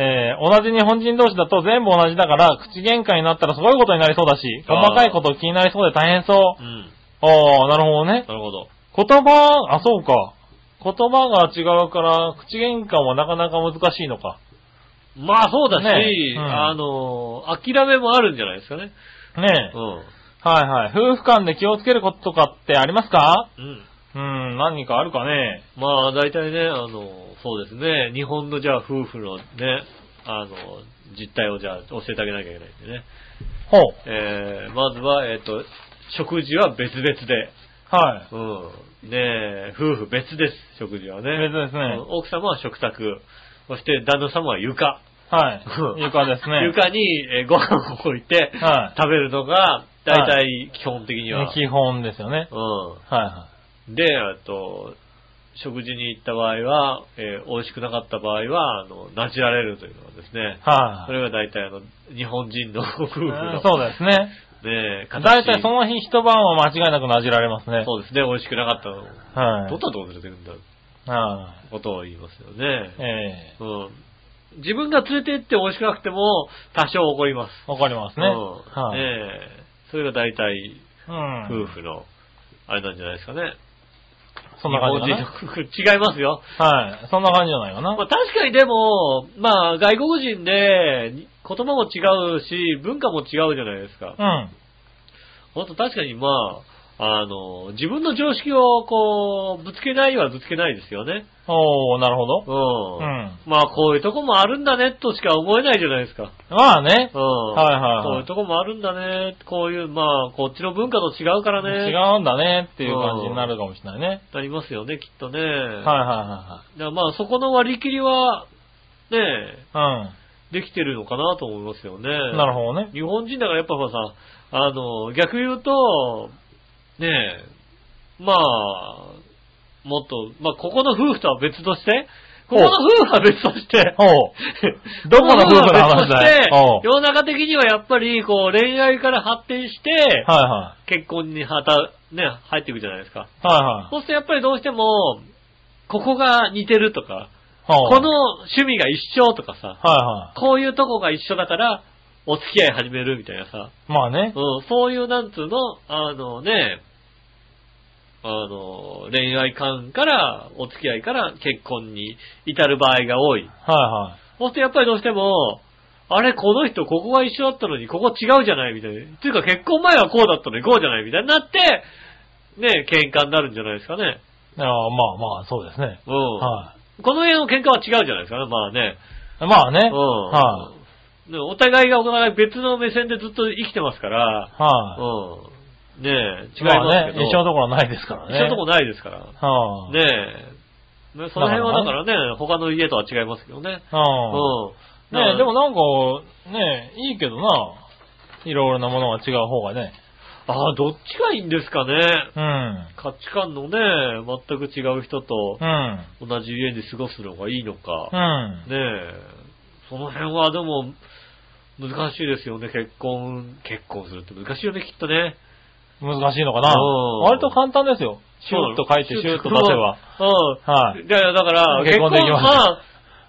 えー同じ日本人同士だと全部同じだから、口喧嘩になったらすごいことになりそうだし、あー細かいこと気になりそうで大変確そうか。に。うん。ああ、なるほどね。なるほど。言葉、あ、そうか。言葉が違うから、口喧嘩もなかなか難しいのか。まあそうだし、ねうんあの、諦めもあるんじゃないですかね。ねうえ。ん。はいはい。夫婦間で気をつけることとかってありますかうん。うん、何かあるかね。まあ大体ね、あの、そうですね、日本のじゃあ夫婦のね、あの、実態をじゃあ教えてあげなきゃいけないんでね。ほう。えー、まずは、えっ、と、食事は別々で。はい。うん。ねえ、夫婦別です、食事はね。別ですねうん奥様は食卓。そして旦那様は床。はい うん。床ですね。床に、えーご飯を置いて、はい食べるのが、大体基本的には。基本ですよね。うはいはん。で、あと、食事に行った場合は、えー美味しくなかった場合は、あの、なじられるというのがですねい。。はそれが大体あの、日本人の夫婦い。の、そうですね。ねえ、形だいたいその日一晩は間違いなくなじられますね。そうですね、美味しくなかったの。はい。どんなところで出てくるんだろうはことを言いますよねい。。えうん。自分が連れて行って美味しくなくても、多少怒ります。えわかりますね。うんはい。ねえそれが大体、うん。夫婦の、あれなんじゃないですかね。そんな感じか日な。本人の夫婦違いますよ。はい。そんな感じじゃないかまあな。確かにでも、まあ外国人でに言葉も違うし、文化も違うじゃないですか。うん。ほんと確かにまあ、あの、自分の常識をこう、ぶつけないはぶつけないですよね。おー、なるほど。うん。うんまあこういうとこもあるんだねとしか思えないじゃないですか。まあねう。ん。はいはいはいそういうとこもあるんだね。こういう、まあ、こっちの文化と違うからね。違うんだねっていう感じになるかもしれないね。なりますよね、きっとね。はいはいはいはい。だからまあ、そこの割り切りは、ねえ、うん。できてるのかなと思いますよね。なるほどね。日本人だからやっぱさ、あの、逆言うと、ねえ、まあ、もっと、まあ、ここの夫婦とは別として、ここの夫婦は別として、おう。 どこの夫婦の話だよよおう世の中的にはやっぱり、こう、恋愛から発展して、はいは結婚にはた、ね、入っていくじゃないですか。い。はいはい。そうするとやっぱりどうしても、ここが似てるとか、おうこの趣味が一緒とかさ、はいはこういうとこが一緒だから、お付き合い始めるみたいなさ、い。まあね。うん、そういう、なんつうの、あのね、あの、恋愛観から、お付き合いから結婚に至る場合が多い。はそしてやっぱりどうしても、あれ、この人、ここが一緒だったのに、ここ違うじゃないみたいな。ていうか、結婚前はこうだったのに、こうじゃないみたいになって、ね、喧嘩になるんじゃないですかね。いはい。ああまあまあ、そうですね。うん。はこの辺の喧嘩は違うじゃないですかね、まあね。い。まあね。うん。はねお互いがお互い別の目線でずっと生きてますから、い。はい。うん。ねえ、違いままあすけど。ね、一緒のところはないですからね。一緒のとこないですから。ねはあ。え。ねその辺はだからね、他の家とは違いますけどね。うん。はあ。ねえでも、なんか、ねいいけどな。いろいろなものが違う方がね。ああ、どっちがいいんですかね。うん。価値観のね、全く違う人とうん。同じ家で過ごすのがいいのか。うん。ねえ。その辺はでも、難しいですよね、結婚、結婚するって難しいよね、きっとね。難しいのかな。うん割と簡単ですよ。シュッと書いて、シュッと出せば。。うん。はい。いやいや、だから、結婚できます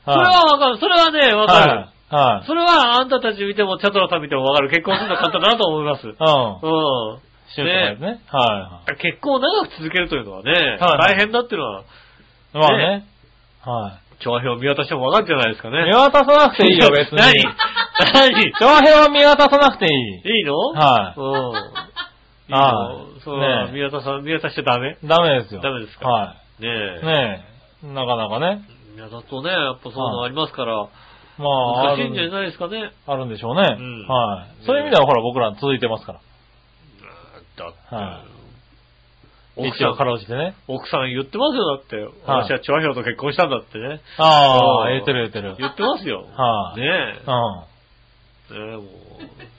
あそれはわかる。それはね、わかる。はい。はい。それはあんたたち見ても、チャトラさん見てもわかる。結婚するの簡単だなと思います。うん。うん。シュッと書いてね。は結婚を長く続けるというのはね、はい大変だっていうのは、い。まあね。は長編を見渡してもわかるじゃないですかい。見ね。渡さなくていいよ、別 に。何何長編は見渡さなくていいいのはいうん。 いいはのいそうだねえ見渡さん、見渡しちゃダメねい。ダメですよ。ダメですかはえ。い。ねえ。なかなかね。宮里ね、やっぱそういうのありますから、まあ、あ難しいんじゃるないですかね。あるんでしょうね。んはい。そういう意味ではほら、僕ら続いてますから。だって、はい奥一さ応かん、ろうじてね。奥さん言ってますよ、だって。はい私はチョアヒョウと結婚したんだってね。ああ、うん言ってる言ってる。言ってますよ。はいねうん。え。ねえ、もう、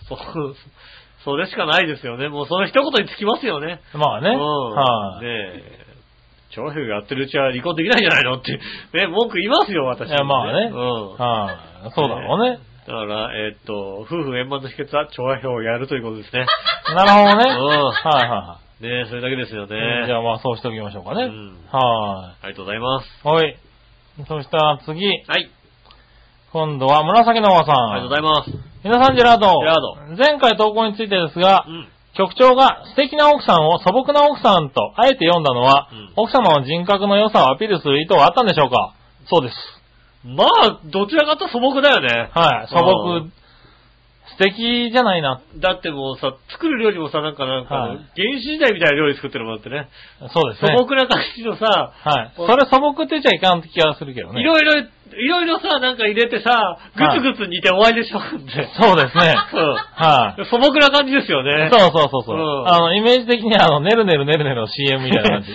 そう、 それしかないですよね。もうその一言につきますよね。まあね。うん。はい。ねえ。チョアヒョウやってるうちは離婚できないんじゃないのって、ね、文句言いますよ、私、いやまあねうん。はい。そうだろうね。だから、えっと、夫婦円満の秘訣は、調和表をやるということですね。なるほどね。うんはいはねえ、それだけですよいはい。ね。じゃあまあそうしておきましょうかね。うんはありがとうございます。い。はい。そしたら次、はい。今度は紫の和さん。ありがとうございます。皆さんジェラード。ェラー前回投稿についてですがう、ん。局長が素敵な奥さんを素朴な奥さんとあえて読んだのは、うん奥様の人格の良さをアピールする意図はあったんでしょうかそうです。まあ、どちらかと素朴だよね。はい。素う朴ん。素敵じゃないな。だってもうさ、作る料理もさ、なんかなんか、はい原始時代みたいな料理作ってるもんだってね。そうで素すね。朴な感じのさ、はい。それ素朴って言っちゃいかん気がするけどね。いろいろ、いろいろさ、なんか入れてさ、はいぐつぐつ煮て終わりでしょうんで。 そうです ね。はい。うん。素朴な感じですよね。そうそうそうそう、うんあの、イメージ的にあの、ねるねるねるねるの CM みたいな 感じ。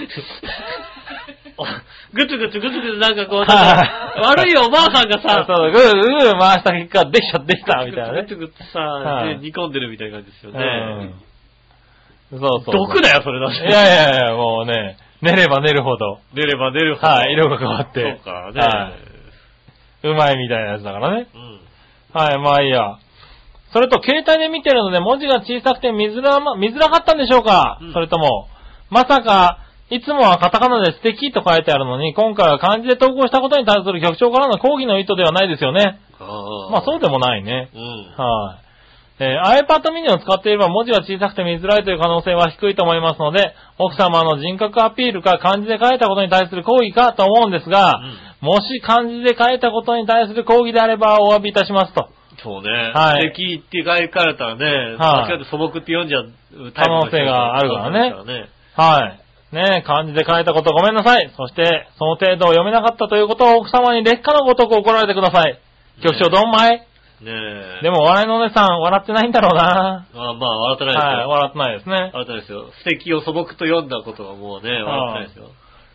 ぐつぐつぐつぐつなんかこう、なんかはい悪いおばあさんがさ、そうそう、ぐるぐる回した結果、できちゃできたみたいなねぐ。つぐつさ、はいね煮込んでるみたいな感じですようんね。。そうそう。毒だよ、それだっいて。やいやいや、もうね、寝れば寝るほど、出れば出るほど。はい、色が変わって。そうか、ね。はいうまいみたいなやつだからね。うん。はい、まあいいや。それと、携帯で見てるので文字が小さくて見づらま、見づらかったんでしょうか、うんそれとも、まさか、いつもはカタカナで素敵と書いてあるのに、今回は漢字で投稿したことに対する局長からの抗議の意図ではないですよね。あまあそうだ。でもないね。うん。はい。えー iPad mini を使っていれば文字は小さくて見づらいという可能性は低いと思いますので、奥様の人格アピールか漢字で書いたことに対する抗議かと思うんですが、もし漢字で書いたことに対する抗議であればお詫びいたしますと。そうね。はい素敵って書かれたらね、はい間違って素朴って読んじゃうタイプの人可能性があるからね可能性があるかはい。ねえ、漢字で書いたことごめんなさい。そして、その程度を読めなかったということを奥様に劣化のごとく怒られてください。局長どんまいらね。ねえ。でも、笑いのお姉さん、笑ってないんだろうな。まあまあ、笑ってないですはい、よ。笑ってないですね。笑ってないですよ。素敵を素朴と読んだことはもうね、笑ってないですよ。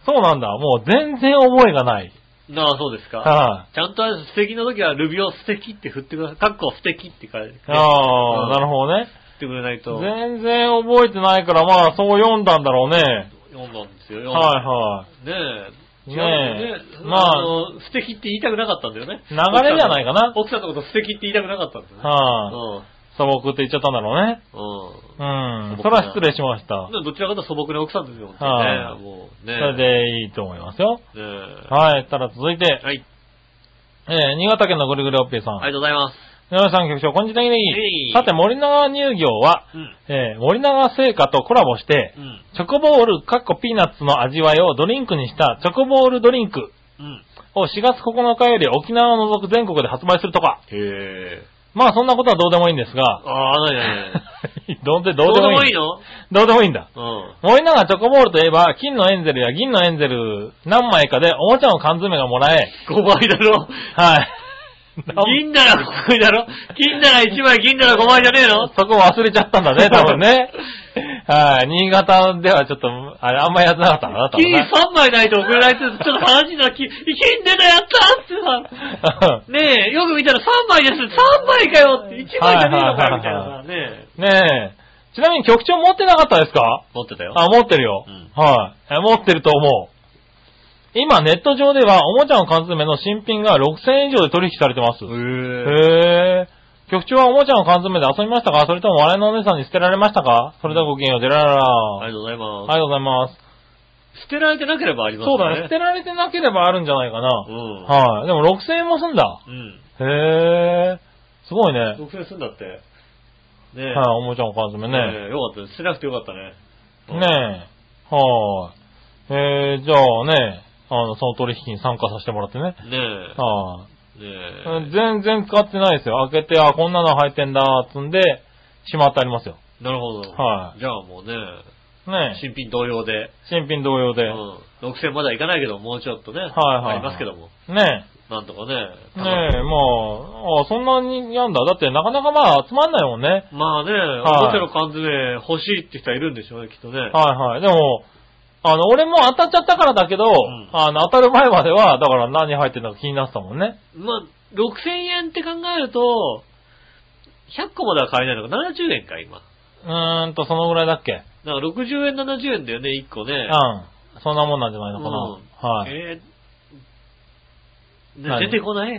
そうなんだ。もう全然覚えがない。なあ、そうですか。はちゃんと素敵な時はルビを素敵って振ってください。カッコ素敵って書いて、い。ああ、なるほほどど。振ね。ってくれないと。全然覚えてないから、まあ、そう読んだんだろうね。読んだんですよ。読んだはいはねえ。ねえ違うよねまああの、素敵って言いたくなかったんだよね。流れじゃないかな奥さんのこと素敵って言いたくなかったんだよね。い。はい。う素朴って言っちゃったんだろうね。ん。うん。素朴それなは失礼しました。うん。どちらかというと素朴な奥さんですよ、本当にはね。いもうそね。れでいいと思いますよ。ねえはい。ただ続いて、はい。えー、新潟県のぐるぐるおっぴーさん。ありがとうございます。井上さん局長、こんにちは、ネギネいギ。さて、森永乳業は、うん。えー、森永製菓とコラボしてう、ん。チョコボール、カッコピーナッツの味わいをドリンクにしたチョコボールドリンクうん。を4月9日より沖縄を除く全国で発売するとか。へえ。まあ、そんなことはどうでもいいんですが、ああ、なになになにどうでどう どうででももいいいい。のどうでもいいんだ。うん。森永チョコボールといえば、金のエンゼルや銀のエンゼル何枚かでおもちゃの缶詰がもらえ、 5倍だ ろ。はい。銀なら5枚だろ。金なら1枚、銀なら5枚じゃねえ のそこ忘れちゃった んだね、多分ね。はい。新潟ではちょっと、あれ、あんまりやってなかったんだな、多分金な。 3枚ないと送られてるちょっと話にな、金、金出たやったってさ。ねえ、よく見たら3枚です。3枚かよって、1枚じゃねえのかよみたいなさ、ねえ。 ねえ。ちなみに局長持ってなかったですか持ってたよあ、持ってるよ。うんはいえ。持ってると思う。今、ネット上では、おもちゃの缶詰の新品が6000円以上で取引されてます。へえ。へー。局長はおもちゃの缶詰で遊びましたかそれとも笑いのお姉さんに捨てられましたかそれではごきげんよう、デラララ。あありがとうございまりす。がとうございます。捨てられてなければありますね。そうだね、捨てられてなければあるんじゃないかな。うん。はい。でも6000円もすんだ。うん。へー。すごいね。はい、独占するんだって。ねえ。おもちゃの缶詰ね。ねえ。よかったです。捨てなくてよかったね。うんねえ。はい。えー、じゃあね、あの、その取引に参加させてもらってね。ねえ。はい、ねえ。全然使ってないですよ。開けて、あ、こんなの入ってんだ、つんで、しまってありますよ。なるほど。はいじゃあもうね、ねえ。新品同様で。新品同様で。うん。6000まではいかないけど、もうちょっとね。はいはいはいありますけども。ねなんとかね。え、ねえ、まあ、あそんなにやんだ。だってなかなかまあ集まんないもんね。まあね、いおもちゃの缶詰欲しいって人はいるんでしょうね、きっとね。はいはい。でも、あの、俺も当たっちゃったからだけど、んあの、当たる前までは、だから何入ってんのか気になってたもんね。まあ、6000円って考えると、100個までは買えないのか、70円か、今。うーんと、そのぐらいだっけ。だから60円、70円だよね、1個うね。ん。そんなもんなんじゃないのかな。はい。えーね何出てこない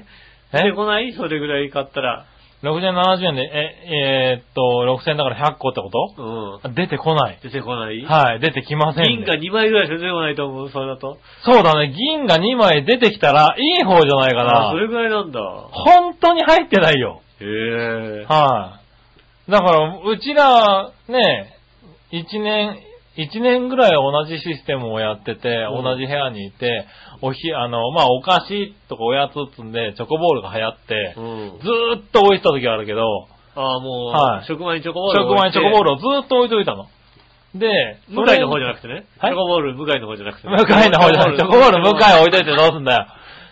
え出てこないそれぐらい買ったら。 60円、70円で、え、えーっと、6000円だから100個ってこうん。と出てこない。出てこない、はい、出てきませんね、銀が2枚ぐらいしか出てこないと思う、それだと。そうだね、銀が2枚出てきたら、いい方じゃないかあそな。れぐらいなんだ。本当に入ってないよ。へえ。はい。だから、うちら、ね、一年、一年ぐらい同じシステムをやってて、うん同じ部屋にいて、おひ、あの、まあ、お菓子とかおやつっつんで、チョコボールが流行ってう、んず。ーっと置いてた時があるけど、ああ、もう、はい職場にチョコボール職場にチョコボール。ルをずーっと置いといたの。で、向かいの方じゃなくくてね。チはいョコボール、向かいの方じゃなくて、ね。向かいの方じゃなくて、チョコボール向かい置いといてどうすんだよ。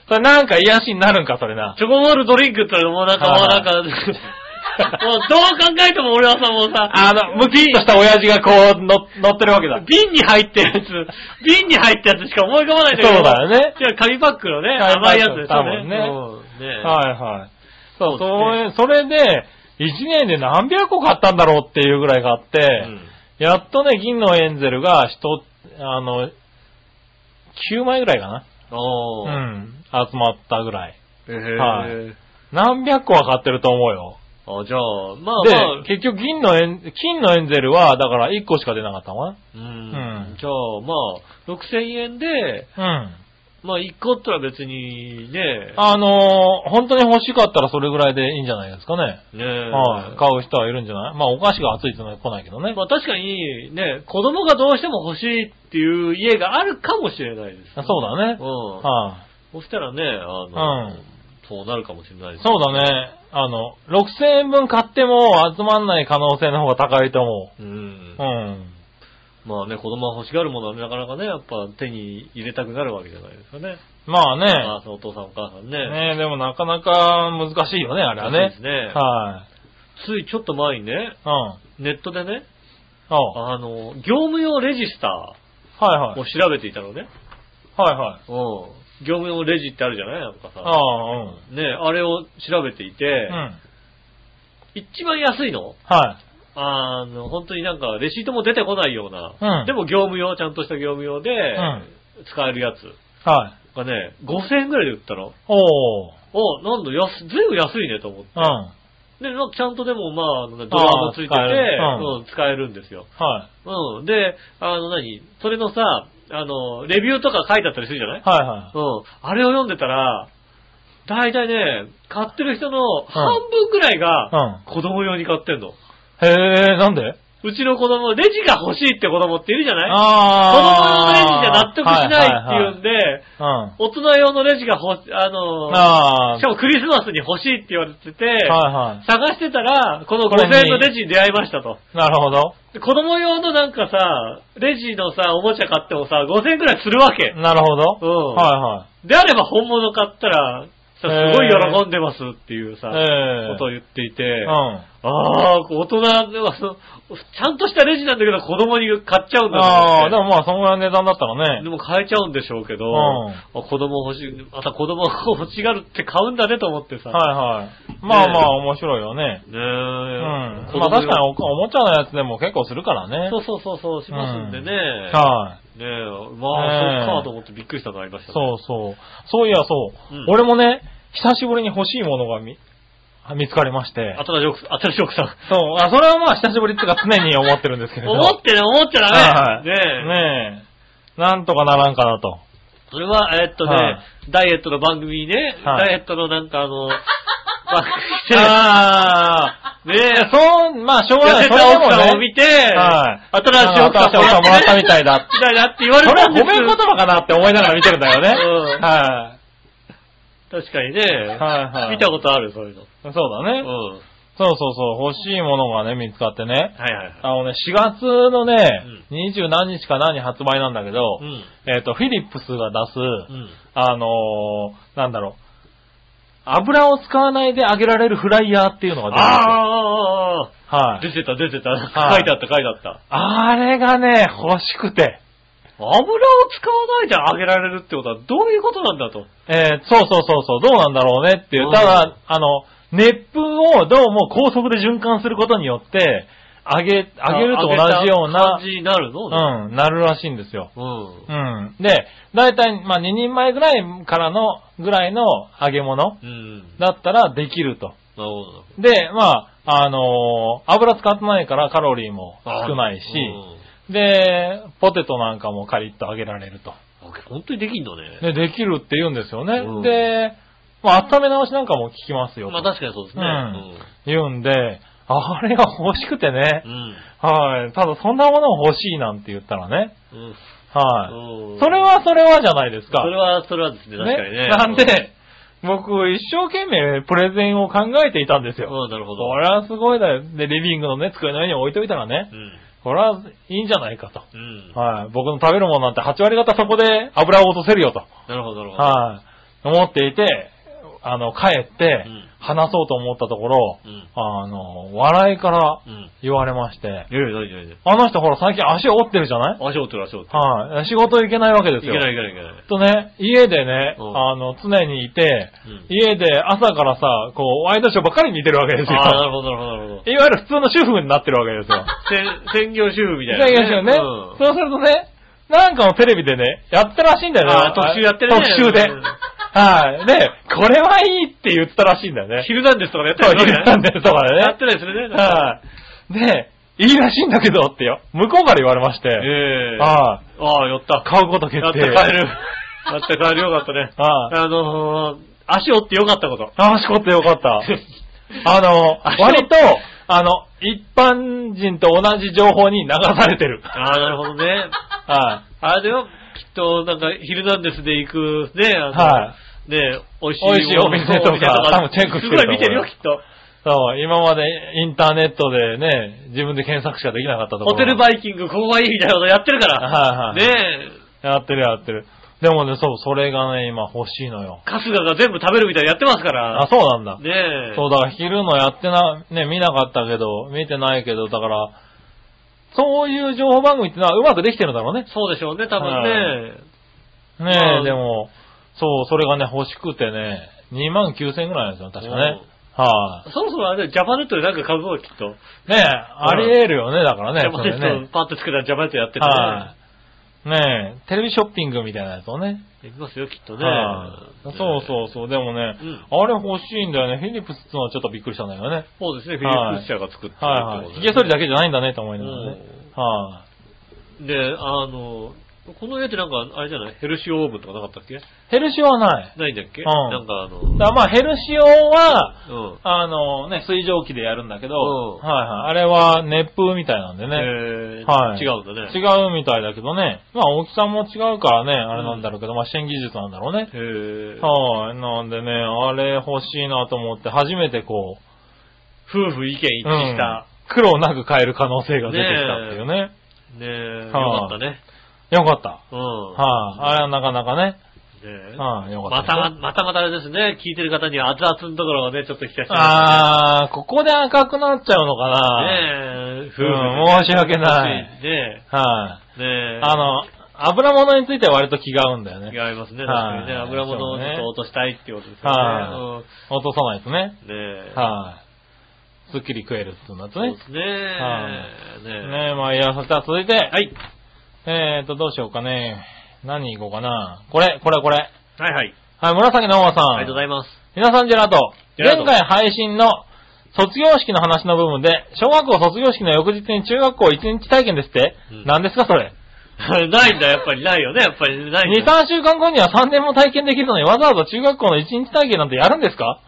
それなんか癒しになるんか、それな。チョコボールドリンクって言ったらもうなんか、もうはなんい か、もうどう考えても俺はさ、もうさ、 あの、ムキッとした親父がこう、の乗ってるわけだ。瓶に入ってるやつ、瓶に入ったやつしか思い浮かばないんだけど。そうだよねじゃあ紙パックのね、紙パック甘いやつですよ多分ね。ねうんねはいはい。そそうう、でそすねれそれで、1年で何百個買ったんだろうっていうぐらい買って、うんやっとね、銀のエンゼルが人、あの、9枚ぐらいかな。おうー。ん。集まったぐらい。えはいー何百個は買ってると思うよ。あ、じゃあ、まあで、まあ、結局銀のエン、金のエンゼルは、だから1個しか出なかったもんね。うんうんじゃあ、まあ、6000円で、うん。まあ、1個ったら別にね、あのー本当に欲しかったらそれぐらいでいいんじゃないですかね。ねはい。買う人はいるんじゃないまあ、お菓子が熱いってのは来ないけどね。まあ確かにね、子供がどうしても欲しいっていう家があるかもしれないです、あそうだねうん。はい。そしたらね、あの、うんそうなるかもしれないです。そうだね。あの、6000円分買っても集まんない可能性の方が高いと思うんう。う。ん。まあね、子供は欲しがるものはねなかなかね、やっぱ手に入れたくなるわけじゃないですかね。まあまね。あ、そのお父さんお母さんね。ねでもなかなか難しいよね、あれはそうでねす。ね。はついちょっと前にね、い。うん。ネットでね、おうあの、業務用レジスタはいはーをい。調べていたのね。はいはい。うん。業務用レジってあるじゃないなんかあさ。あ、うん。ねあれを調べていて、うん。一番安いのはい。あの、本当になんか、レシートも出てこないような、うんでも業務用、ちゃんとした業務用で、ん使えるやつはい。がね、5000円ぐらいで売ったの。おー。おなんだ、安、ずいぶん安いねと思って。うん。はで、なんかちゃんとでも、まあ、ドラもついてて、使えるうんうん、使えるんですよ。い。うん。で、あの何、それのさ、あの、レビューとか書いてあったりするじゃないはいはうん。あれを読んでたら、大体ね、買ってる人の半分ぐらいが、子供用に買ってんの。い。へえ、なんでうちの子供、レジが欲しいって子供っているじゃない子供用のレジじゃあ納ー。得しないっていうんんで、うん。あ大人用のレジが欲し、あの、あしかもクリスマスに欲しいって言われてて、ー。はいは探してたら、このこれに5000円のレジに出会いましたと。い。なるほど。で子供用のなんかさ、レジのさ、おもちゃ買ってもさ、5000円くらいするわけ。なるほど。うんはであれば本物買ったら、さすごい喜んでますっていういさ、はい。ええ。ことを言っていて、あうん。あ、大人ではその、ちゃんとしたレジなんだけど子供に買っちゃうんだあなっあ、でてもまあ、そんぐらいの値段だったらでね。も買えちゃうんでしょうけど、うんあ子供欲しい、また子供が欲しがるって買うんだねと思ってさ、はいはい。まあまあ、面白いよね。ねえ、うん。子ま供あ確かにお、おもちゃのやつでも結構するからね。そうそうそうそうしますんでね、はい。ねえ、まあ、ねえそうかと思ってびっくりしたのありましたね。そうそう。そういや、そう。うん俺もね、久しぶりに欲しいものが見、見つかりまして。新しい奥さん、新しい奥さ ん。そう。あ、それはまあ、久しぶりっていうか常に思ってるんですけれど。思ってね、思っちゃはダい。メ。ねえ。ねえ。なんとかならんかなと。それは、えーっとね、はいダイエットの番組にね、はいダイエットのなんかあ の、番あ組で、ねいやえ、そう、まあ、しょうがな痩い。せたそれで奥さんをもね見て、はい新しい奥さん新しい奥さんもらったみたいだみたいだって言わそれれはた褒んめです言葉かなって思いながら見てるんだよね。うんは確かにね、はいはい見たことある、そういうの。い。そうだうねん。。はそうそうそう。欲しいものがね、見つかっていね。はいはい。あのね、4月のね、二十何日か何発売なんだけどう、ん。えっと、フィリップスが出す、うん。あのー、なんだろう、油を使わないで揚げられるフライヤーっていうのが出てるんあでーあーあーすよ。はあー、い。出てた、出てた。はい書いてあった、書いてあった。あれがね、欲しくて。油を使わないで揚げられるってことはどういうことなんだと。えーそうそうそうそう、どうなんだろうねっていう。たうんだ、あの、熱風をどうも高速で循環することによって、揚げ、揚げると同揚じようげたな感、じになるのうん、なるらしいんですよ。うん。うん。で、だいたい、まあ、2人前ぐらいからの、ぐらいの揚げ物うん。なだったらできると。るほど。で、まあ、あのー油使ってないからカロリーも少ないし、で、ポテトなんかもカリッと揚げられると。うん、あ本当にできんのね。で、できるって言うんですよね。うんで、まあ、温め直しなんかも効きますよ。まあ確かにそうですね。うん言うんで、あれが欲しくてねう。ん。はい。ただ、そんなものも欲しいなんて言ったらね。うん。はうい。んそれ、はそれはじゃないですか。それは、それはですね、確かにね。なんで、僕、一生懸命プレゼンを考えていたんですうん、よ。うんなるほど。これはすごいだよ。で、リビングのね、机の上に置いといたらねう、ん。これはいいんじゃないかと。うん。はい。僕の食べるものなんて8割方そこで油を落とせるよと。なるほど、なるほど。はい。思っていて、あの、帰ってうん、話そうと思ったところ、うん。あの、笑いからうん。言われまして、いやいやいやいや。あの人ほら最近足折ってるじゃない足折ってる、足折ってる。はい。仕事行けないわけでいけすよ。ないいけないいけない。とね、家でね、うんあの、常にいて、うん家で朝からさ、こう、ワイドショーばっかり見てるわけですよ。ああ、なるほど、なるほど、なるほど。いわゆる普通の主婦になってるわけ ですよ。せん専業主婦みたいいやな、いやいやね、うんそうするとね、なんかのテレビでね、やってたらしいんだよね。あー特集やってるね特集でうん。はい。で、これはいいって言ってたらしいんだよね。昼なんですとかねやってないそう昼なんですとかねやってないですね。はい。で、いいらしいんだけどってよ、向こうから言われまして、ええはいああ、やった。買うこと決定。やって帰る。やって帰るよかったね。はい。あのー、足折ってよかったこと。ああ、しこってよか った。あの、あ割と、あの、一般人と同じ情報に流されてる。ああ、なるほどね。はあれでは、きっと、なんか、ヒルナンデスで行く、ね、あの、はね、美味しい美味しいお店とかお多分チェックすしてると思うごい見てるよ、きっと。い。そう、今までインターネットでね、自分で検索しかできなかったところ。ホテルバイキング、ここがいいみたいなことやってるから。はいはいねやってるやってる。でもね、そう、それがね、今欲しいのよ。春日が全部食べるみたいなのやってますから。あ、そうなんだ。ねそう、だから昼のやってな、ね、見なかったけど、見てないけど、だから、そういう情報番組ってのはうまくできてるんだろうね。そうでしょうね、多分はね。ねえ、まあでも、そう、それがね、欲しくてね、2万9000円ぐらいなんですよ、確かね。はい、そろそろあれ、ジャパネットでなんか買うぞ、きっと。ねえ、あり得るよね、だからねジャ、そパネれッねト、。パッとつけたらジャパネットやっててね。はい、ねえ、テレビショッピングみたいなやつをね。できますよ、きっとね。はいそうそうそう、でもね、うんあれ欲しいんだよね。フィリップスってのはちょっとびっくりしたんだよね。そうですね、フィリはいップス社が作ってるってはいはい。ことひでげ剃りだけじゃないんだね、と思いながらね。はい、で、あの、この家ってなんか、あれじゃないヘルシオオーブンとかなかったっけヘルシオはない。ないんだっけうんなんかあの、だからまあ、ヘルシオは、うん。あのね、水蒸気でやるんだけど、うんはいはい。あれは熱風みたいなんでね。えーはい違うんだね。違うみたいだけどね。まあ大きさも違うからね、あれなんだろうけど、まあ支援技術なんだろうね。へえ。はい。なんでね、あれ欲しいなと思って、初めてこう、夫婦意見一致した。うん苦労なく買える可能性が出てきたっていうね。ねえ、よはいかったね。よかった。うん。はい、あ。れはなかなかね。ねえはい、よかまったたですま、またまたあれですね、聞いてる方に熱々のところがね、ちょっと来たしまあー、ここで赤くなっちゃうのかすなね。ねえ、夫婦、うん申し訳ないねはえ、い、ねえ。あの、油物については割と気が合うんだよね。違いますね、確かにね。はい油物をちょっと落としたいっていうことですよはね。落とさないですね。うんねえ。はい、すっきり食えるってなってそうねで。すね。はいねねえ、まあいいや、そしたら続いて、え。はい。えーと、どうしようかね。何行こうかな。これ、これ、これ。はいはい。はい、紫のおさん。ありがとうございます。 皆さん、ジェラート。ジェラート前回配信の卒業式の話の部分で、小学校卒業式の翌日に中学校1日体験ですって、うん何ですか、それ。ないんだ、やっぱりないよね、やっぱりないんだ2、3週間後には3年も体験できるのに、わざわざ中学校の1日体験なんてやるんですか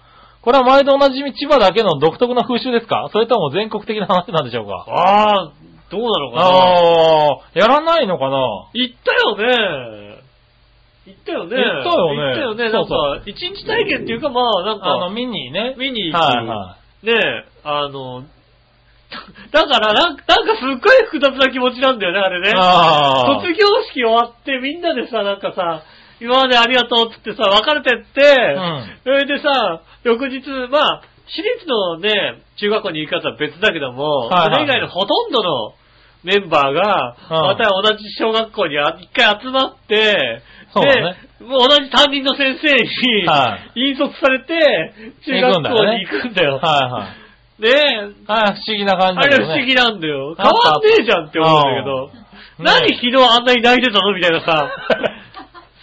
これは毎度おなじみ千葉だけの独特な風習ですかそれとも全国的な話なんでしょうかああ、どうなのかな。あー、やらないのかな行ったよね。行ったよね。行ったよね行ったよね。なそんうそうか、一日体験っていうか、まあ、なんあの、か、見にね。見に行く。はいはい。ねえ、あの、 だからなんか、なんかすっごい複雑な気持ちなんだよね、あれね。ああ。卒業式終わってみんなでさ、なんかさ、今までありがとうっつってさ、別れてって、んそれでさ、翌日、まあ、私立のね、中学校に行く方は別だけども、はいはいそれ以外のほとんどのメンバーが、うんまた同じ小学校にあ一回集まって、そうだねで、もう同じ担任の先生に、は引率されて、中学校に行くんだよ。はいはい。ねえはい、不思議な感あじれだけ不どね。思議なんだよ。変なんかわんねえじゃんって思うんだけど。うん何ね昨日あんなに泣いてたのみたいなさ。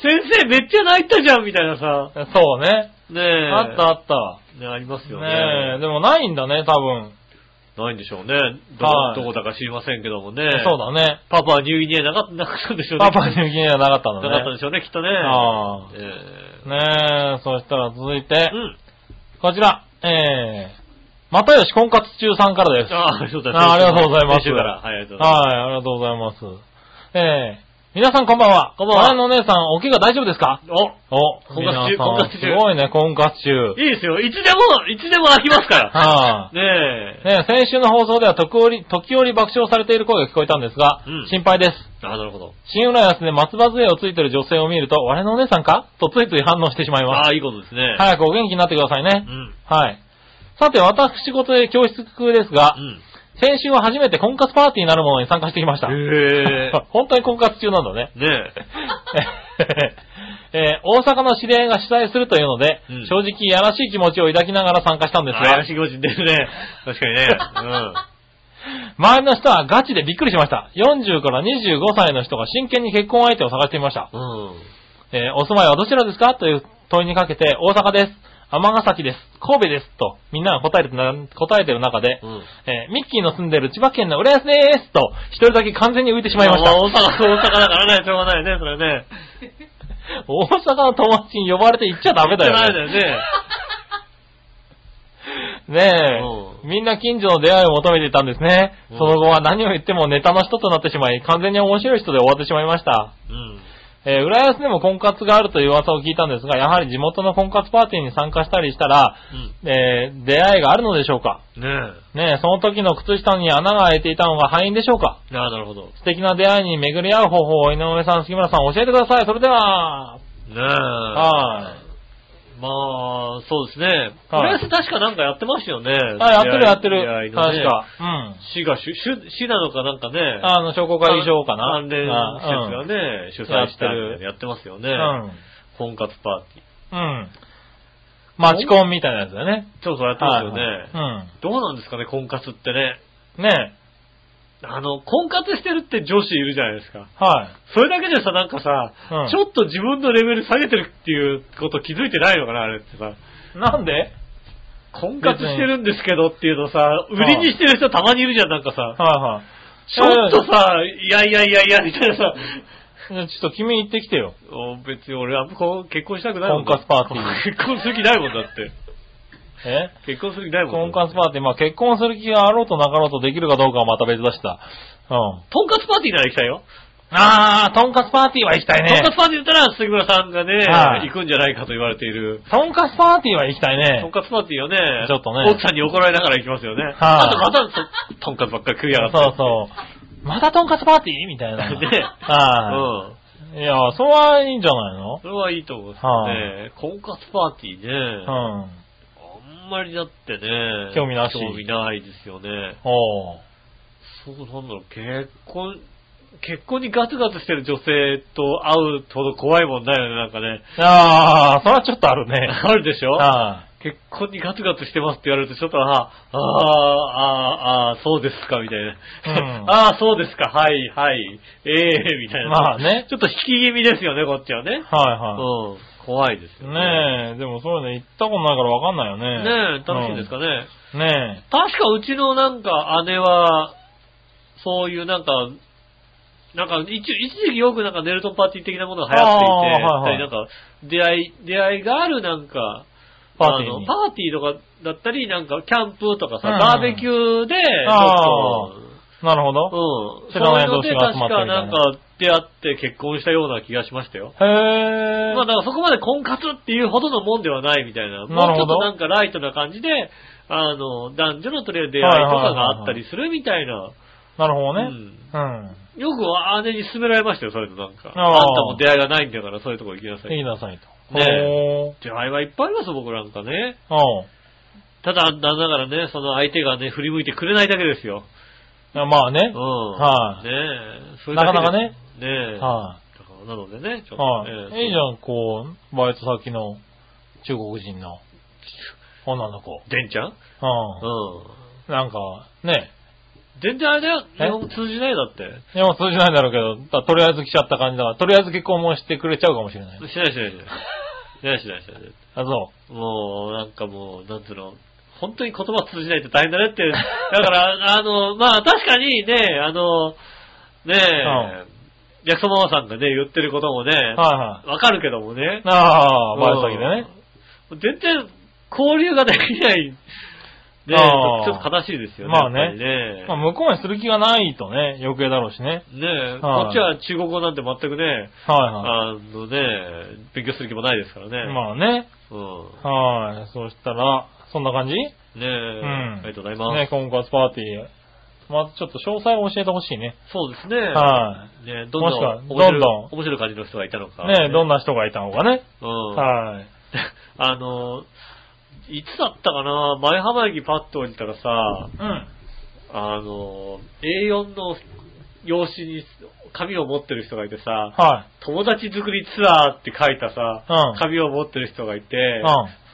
先生めっちゃ泣いたじゃんみたいなさ。そうね。ねえ。あったあった。ねありますよねえ、ね。でもないんだね、多分。ないんでしょうね。どはいどこだか知りませんけどもね。そうだね。パパはニューギニアなかったなかったんでしょうね。パパに受けはなかったんなだかったね。でしょうね、きっとね。ああえねえ、そしたら続いてえ。う、ん。こちら、えー、またよし婚活中さんからです。ああ、ありがとうございます。あありがとうございます。先週からはい、ありがとうございまはい、ありがとうございます。えー、皆さんこんばんは。こんばんはあのお姉さん、お怪我大丈夫ですかす。おお、婚活中皆さん婚活中すごいね、婚活中。はいいですよ。いつでも、いつでも開きますから。い。ねえ。ね、先週の放送では時折、時折爆笑されている声が聞こえたんですが、うん心配です。ああ、なるほど。新浦安で松葉杖をついてる女性を見ると、我のお姉さんかとついつい反応してしまいまあす。あ、いいことですね。早くお元気になってくださいうね。ん。はい。さて、私事で教室空ですが、うん。先週は初めて婚活パーティーなるものに参加してきました。 へえ。本当に婚活中なんだね。 ねえー大阪の知り合いが主催するというので、うん正直やらしい気持ちを抱きながら参加したんえ。です怪がし、い気持ちですね。確かにね。うん。周りの人はガチでびっくりしました。40から25歳の人が真剣に結婚相手を探していました。うん。えーお住まいはどちらですかという問いにかけて、大阪です。尼崎です。神戸です。と、みんなが答えてるな、答えてる中で、うん。えーミッキーの住んでる千葉県の浦安です。と、一人だけ完全に浮いてしまいました。ああ大阪、大阪だからね、しょうがないね、それね。 大阪の友達に呼ばれて行っちゃダメだしょうがないよだね。よ ね。 ねえ、みんな近所の出会いを求めていたんですね。うんその後は何を言ってもネタの人となってしまい、完全に面白い人で終わってしまいました。うん。えー浦安でも婚活があるという噂を聞いたんですが、やはり地元の婚活パーティーに参加したりしたら、えー出会いがあるのでしょうかうん。ねねえ、その時の靴下に穴が開いていたのが敗因でしょうかえ。ああ、なるほど。ね素敵な出会いに巡り合う方法を井上さん、杉村さん教えてください。それでは、え。。はいまあ、そうですね。プはレいス確かなんかやってましたよね。あ、やってるやって出会いる。のね確か。。うん。市が、市市なのかなんかね。あの、商工会議所かな。関連施設がね、主催したりやってますよね。うん。うん婚活パーティー。うん。マチコンみたいなやつだよね。そうそうやってますよね。はいどうなんですかね、婚活ってね。うん。ねあの、婚活してるって女子いるじゃないですか。え。はい。それだけじゃさ、なんかさ、うんちょっと自分のレベル下げてるっていうこと気づいてないのかな、あれってさ。なんで婚活してるんですけどっていうのさ、売りにしてる人たまにいるじゃん、なんかさ。はちょっとさ、いやいやいやいや、みたいなさ。いはい。ちょっと君行ってきてよ。お別に俺はこう結婚したくないもん婚活パーティー 結婚する気ないもんだって。え結婚する気ないも婚ん。活パーティー、まあ結婚する気があろうとなかろうとできるかどうかはまた別だしさ。うん。婚活パーティーなら行きたいよ。あー、トンカツパーティーは行きたいね婚。活パーティーだったら杉村さんがね、はい行くんじゃないかと言われている。トンカツパーティーは行きたいとんね。かつパーティーをね、ちょっとね奥さんに怒られながら行きますよね。あとまたと、とんかつばっかり食いやがって。そうそう。またトンカツパーティーみたいな。 ねはうん。い。いや、それはいいんじゃないのそれはいいと思うですね。婚活パーティーね。うん。あんまりだってね。興味なし興味ないですよね。おー。そうなんだろう、結婚、結婚にガツガツしてる女性と会うほど怖いもんだよね、なんかね。あー、それはちょっとあるね。 あるでしょは結婚にガツガツしてますって言われると、ちょっと、ああ、ああ、ああ、そうですか、みたいな。う んああ、そうですか、はい、はい、ええみたいな。まあねちょっと引き気味ですよね、こっちはねい。はうん。怖いですいよね。はい。ねえ、でもそういうの行ったことないからわかんないよね。ねえ、楽しいですかね。うんね確かうちのなんか姉は、そういうなんか、なんか一一時期よくなんかネルトンパーティー的なものが流行っていて、あーはいはいなんか出会い、出会いがあるなんか、パーティーにあのパーティーとかだったり、なんかキャンプとかさ、うんバーベキューで、ちあょっえ。なるほど。と、うん、知らないそういうので同士が確集まってみたかいななんか出会って結婚したような気がしましたよ。へえ。まあだからそこまで婚活っていうほどのもんではないみたいな。もなうるちょほっどとなんかライトな感じで、あの、男女のとりあえず出会いとかがあったりするみたいな。なるほどね。ううん。よく姉に勧められましたよ、それとなんか。あーあんたも出会いがないんだからそういうとこ行きなさ行きい。なさいと。ねえほ出会いはいっぱいありますよ、僕なんかね。ーうん。ただ、なんだからね、その相手がね、振り向いてくれないだけですよ。いやまあねうん。。はいねえ。それだけでなかなかね。ねえ。はだからなのでね、ちょい。っとね、はい。いいじゃん、こう、バイト先の中国人の女の子。ん。でんちゃんう。うんなんか、ね。ん。全然あれだよ、え日本語通じないよだって。いや、もう通じないんだろうけど、だとりあえず来ちゃった感じだから、とりあえず結婚もしてくれちゃうかもしれない。しないしないしない。しないしないしない。あ、そもう、なんかもう、なんつうの、本当に言葉通じないと大変だね って。だから、あの、まあ確かにね、あの、ねえ、ヤクソママさんがね、言ってることもね、う。わ、はいはい。かるけどもね。ああ、バイト先でね。うん。全然、交流ができない。ねあーちょっと悲しいですよね。まあねやっぱりね。まあ、向こうにする気がないとね、余計だろうしね。ねえ、はいこっちは中国語なんて全くね、はあのね、勉強する気もないですからいはい。ね。まあね。うん。はい。そしたら、そんな感じねえ、んありがとうございます。ね、婚活パーティー。まずちょっと詳細を教えてほしいね。そうですね。。はいねどんなもしくは面白いどんどん面白い感じの人がいたのか。ねどんな。な人がいたのかね。うん。はい。 あの、いつだったかな前浜駅パッと降りたらさ、うん。あの、A4 の用紙に紙を持ってる人がいてさ、は友達作りツアーって書いたさ、うん紙を持ってる人がいて、い。う。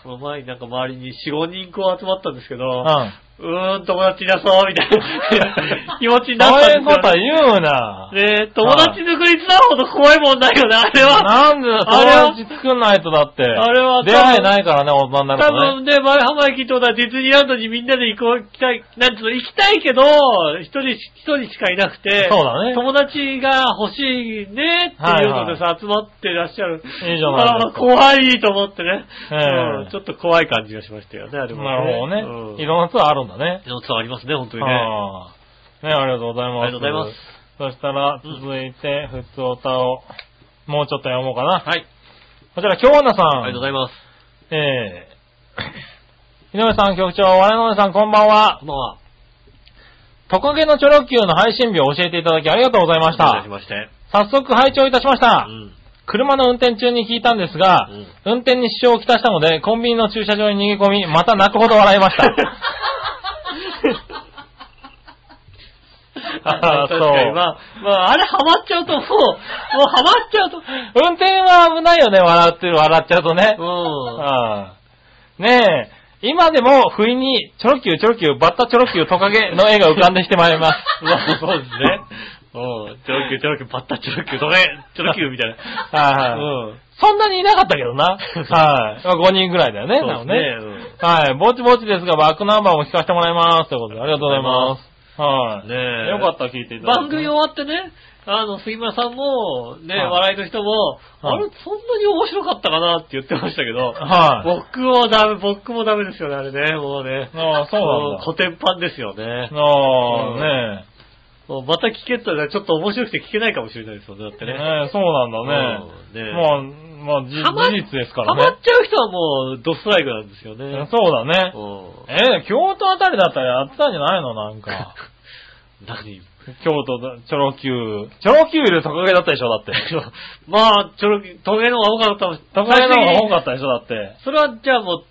その前になんか周りに4、5人こう集まったんですけど、うんうん。ーん、友達いなそう、みたい な気持ちになったそうんですいよ、うこと言うな。ねえ、友達作りつなほど怖いもんないよね、あれは。なんでだ、友達作んないとだって。あれは多分出会えないからね、大人になる多とね。分ね、前浜駅とだディズニーランドにみんなで行こう、行きたい、なんつうの、行きたいけど、一人し、一人しかいなくて、そうだね友達が欲しいね、っていうのでさ、集まってらっしゃる。いいじゃないあであすか怖いと思ってね、ええうんちょっと怖い感じがしましたよね、あれも、なるほどうんね。いろんなツアーあるんだね。いろんなことありますね、本当にね。あああ。ね、ありがとうございまりす。がとうございます。そしたら、うん続いて、ふつおたを、もうちょっと読もうかな。はい。こちら、京奈さん。ありがとうございます。えー、井上さん、局長、我々の皆さん、こんばんは。こんばんは。トカゲのチョロ Q の配信日を教えていただきありがとうございましお願いたし。まして。早速拝聴いたしました。うん。車の運転中に聞いたんですが、うん運転に支障をきたしたので、コンビニの駐車場に逃げ込 み、また泣くほど笑いました。あー確かに。まあ、まあ、あれハマっちゃうともう、もうハマっちゃうと。運転は危ないよね、笑ってる、笑っちゃうとね。うん。ああねえ、今でも不意に、チョロキュー、チョロキュー、バッタチョロキュー、トカゲの絵が浮かんできてまいります。まあ、 そうですね。うん。チョロキュー、チョロキュー、バッタチョロキュー、どれチョロキューみたいな。はいはいうん。そんなにいなかったけどな。はい。まあ、5人ぐらいだよね、そうなでおすねはい。ぼちぼちですが、バックナンバーも聞かせてもらいます。ということで、ありがとうございます。はい。ねえよかったら聞いていただいて。番組終わってね、あの、杉村さんも、ね、はい笑いの人も、はいあれ、そんなに面白かったかなって言ってましたけ ど、はい。僕もダメ、僕もダメですよね、あれね、もうね。ああ、そうもなんコテンパンですよね。だ。ああ、ねもうまた聞けたら、ちょっと面白くて聞けないかもしれないですよね、だっえ。てね。ねえ、そうなんだうんねえね。まあ、まあ、じハマ事実ですかハマらっちゃう人はもう、ドストライクなんですよねね。。そうだね。うえー、京都あたりだったらやってたんじゃないのなんか。ん。何京都だ、チョロ Q。チョロ Q よりトカゲだったでしょだって。まあ、ちょろき、トゲの方が多かったもんトカゲの方が多かっったでしょだって。た。それは、じゃあもう、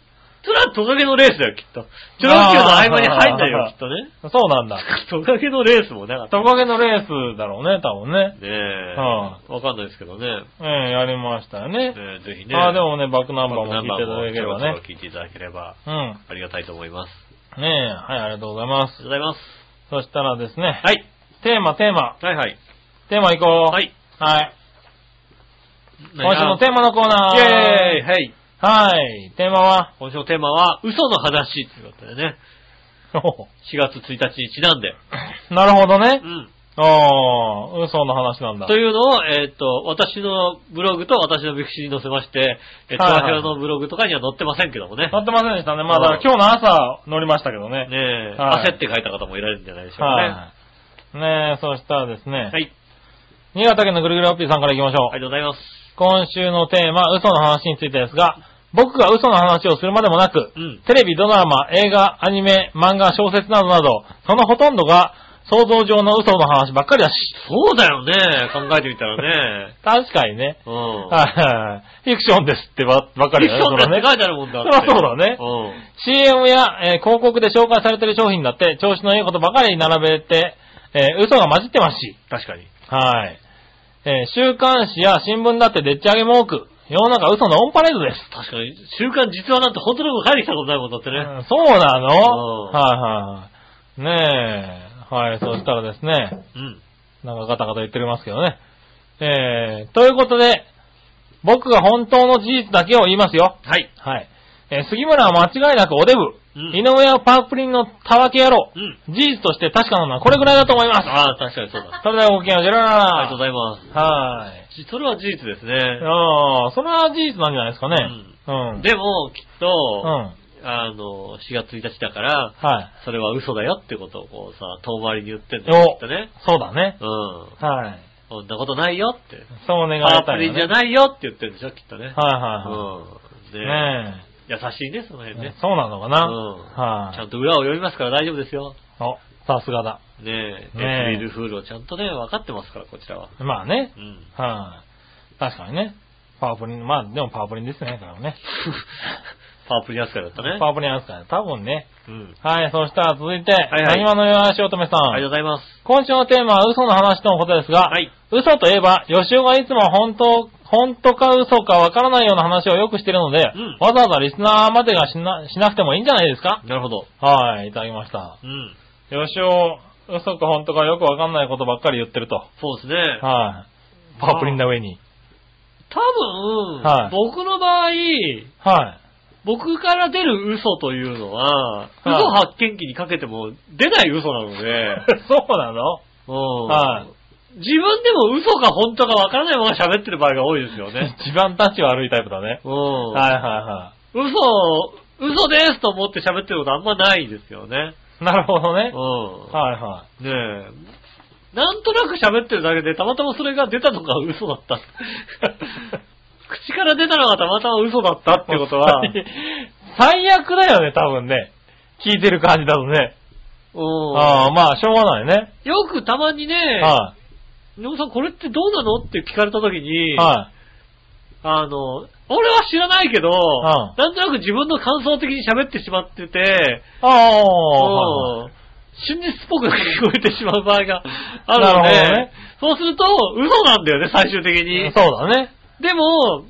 それはトカゲのレースだよ、きっと。チョロキューの合間に入んないよ、あーきっとね。そうなんだ。 トカゲのレースもなかった。トカゲのレースだろうね、多分ね。ねえ。はわかんないですけどね。ええやりましたよねね。えぜひね。ああ、でもね、バックナンバーもナ聞ンいバてーいたもだけれちばょろちょろね。聞いていただければ、うん。ありがたいと思います。ねえ、はい、ありがとうございますあ。りがとうございます。そしたらですね、はい。テーマ、テーマ、はいはい。テーマいこう。。はいい。はい。今週のテテーマのコーナー。イェーイはい。はい。テーマ は、今週のテーマは、嘘の話ってことでね。4月1日にちなんで。なるほどねう。ん。ああ、嘘の話なんだ。というのを、えっ、と、私のブログと私のビクシーに載せまして、えー、はいはい東京のブログとかには載ってませんけどもね。乗ってませんでしたね。まうだん今日の朝乗りましたけどねね。え、はい焦って書いた方もいられるんじゃないでしょうかね。ははい。ねえ、そしたらですねい。、はい、新潟県のぐるぐるおっぴーさんから行きましょう。ありがとうございます。今週のテーマ、嘘の話についてですが、僕が嘘の話をするまでもなく、うんテレビ、ドラマ、映画、アニメ、漫画、小説などなど、そのほとんどが想像上の嘘の話ばっかりだし。そうだよね、考えてみたらね。確かにね。うん。はいはいはい。フィクションですってばばっかビりクだシね。ョンだっそれはてね書いてあるもんだって。そりゃそうだねうん。 CM や、えー広告で紹介されてる商品だって、調子のいいことばかり並べて、えー嘘が混じってますし。確かに。はい。えー週刊誌や新聞だってでっち上げも多く、世の中嘘のオンパレードです。確かに、週刊実話なんて本当のこと書いてきたことないもんだってね。うんそうなのうんはいはいはい。ねえ。はい、そしたらですね、うん。なんかガタガタ言ってますけどね。えー、ということで、僕が本当の事実だけを言いますよ。はい。はい。えー杉村は間違いなくおデブ。うん井上はパープリンのたわけ野郎。うん。事実として確かなのはこれぐらいだと思います。ああ、確かにそうだ。それではごきげんよう、ジェラララありがとうございまはい。す。じそれは事実ですね。ああ、それは事実なんじゃないですかね。うん。でも、きっうん。と、はあの、4月1日だから、い。それは嘘だよってことをこうさ、遠回りに言ってんだよ、きおっとね。そうだね。うん。はい。そんなことないよって。そう願パいープたいリよンね。じゃないよって言ってるんでしょ、きっとね。はいはいはうん。い。ねね優しいね、そのえ辺ね。そうなのかな、うんちゃはい、んと裏を読みますから大丈夫ですよ。お、さすがだ。ねえ、ねえエイプリルフールをちゃんとね、分かってますから、こちらは。まあね。うん。 はい、確かにね。パープリン、まあでもパープリンですね、からね。パープリン扱いだったね。パープリン扱いだ。多分ね。うん。はい、そしたら続いて、いはい何話のよしおとめさん。ありがとうございます。今週のテーマは嘘の話とのことですが、はい嘘といえば、吉尾がいつも本当、本当か嘘かわからないような話をよくしてるので、んわざわざリスナーまでがしなしなくてもいいんじゃないですかなるほど。はい、いただきました。うん。吉尾、嘘か本当かよくわかんないことばっかり言ってると。そうですね。はい。パープリンな上に。多分、はい僕の場合、は僕から出る嘘というのは、い嘘発見器にかけても出ない嘘なので い。、そうなのうんは自分でも嘘か本当かわからないまま喋ってる場合が多いですよね。 一番立ち悪いタイプだね。うんはいは嘘、嘘ですと思って喋ってることあんまないですよね。いはい。なるほどね。うはいはい。ん。ねえ。なんとなく喋ってるだけで、たまたまそれが出たのが嘘だった。 口から出たのがたまたま嘘だったってことは、う最悪だよね、多分ね。聞いてる感じだとね。ああ、んまあ、しょうがないね。よくたまに ね、は野本さんこれってどうなのって聞かれた時に、い。はあの、俺は知らないけど、んなんとなく自分の感想的に喋ってしまってて、い。ああ、うんはいはい瞬日っぽく聞こえてしまう場合があるので、なるほどねそうすると、嘘なんだよね、最終的に。そうだね。でも、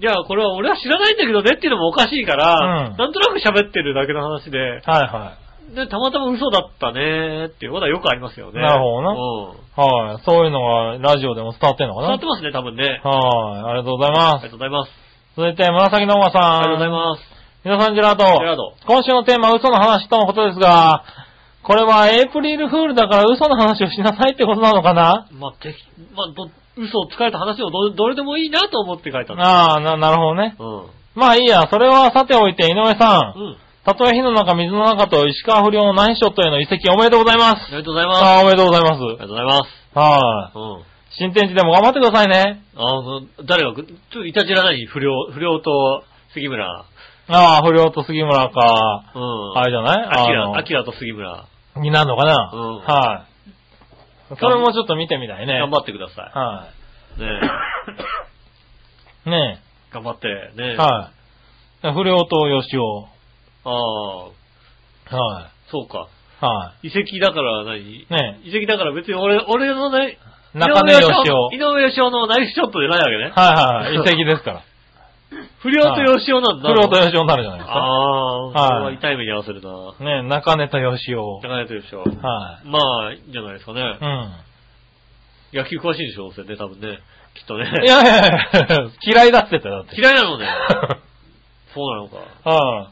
いや、これは俺は知らないんだけどねっていうのもおかしいから、うんなんとなく喋ってるだけの話で、はいはで、たまたま嘘だったねっていうことはよくありますよね。なるほどなうん。い。はい。そういうのがラジオでも伝わってんのか伝わなってますね、多分ね。はい。ありがとうござあいまりがす。とうございます。続いて、紫のおばさん。ありがとうございます。皆さん、ジェラート。ジェラード今週のテーマ、嘘の話とのことですが、これはエイプリルフールだから嘘の話をしなさいってことなのかなまあ、てまあ、ど、嘘をつかれた話をど、どれでもいいなと思って書いたんだ。ああ、な、なるほどね。うん。まあいいや、それはさておいて、井上さ。うんん。たとえ火の中、水の中と石川不良の内緒とへの移籍おめでとうございまあす。りがとうございます。あああ、おめでとうございまりがす。とうございます。はうん。い。新天地でも頑張ってくださいね。あの、誰が、ちょっといたじらない不良、不良と杉村。ああ、不良と杉村か。うん。あれじゃないアキあのラ、アキラと杉村。になるのかな、うんはい。それもちょっと見てみたいね。頑張ってくださ。はいね い。ねえ頑張って、ねえ。えはい。不良と吉尾。ああ、はそうか。い。は遺跡だから何ね遺跡だから別に俺、俺のね、い。中根吉尾。井上義雄のナイスショットじゃないわけね。は いはいはい。遺跡ですから。不良と義雄なん不だ。良と吉尾になるじゃないですか。ああ、はいそれは痛い目に遭わせるな。ねえ、中根と吉尾。高いと義雄。はまあ、いいんじゃないですかねい。う。 ん。野球詳しいんでしょ、どうせね、多分ね。きっとね。いやいやいや、嫌いだって言ってたよ、だって。 嫌いなのね。そうなのか。は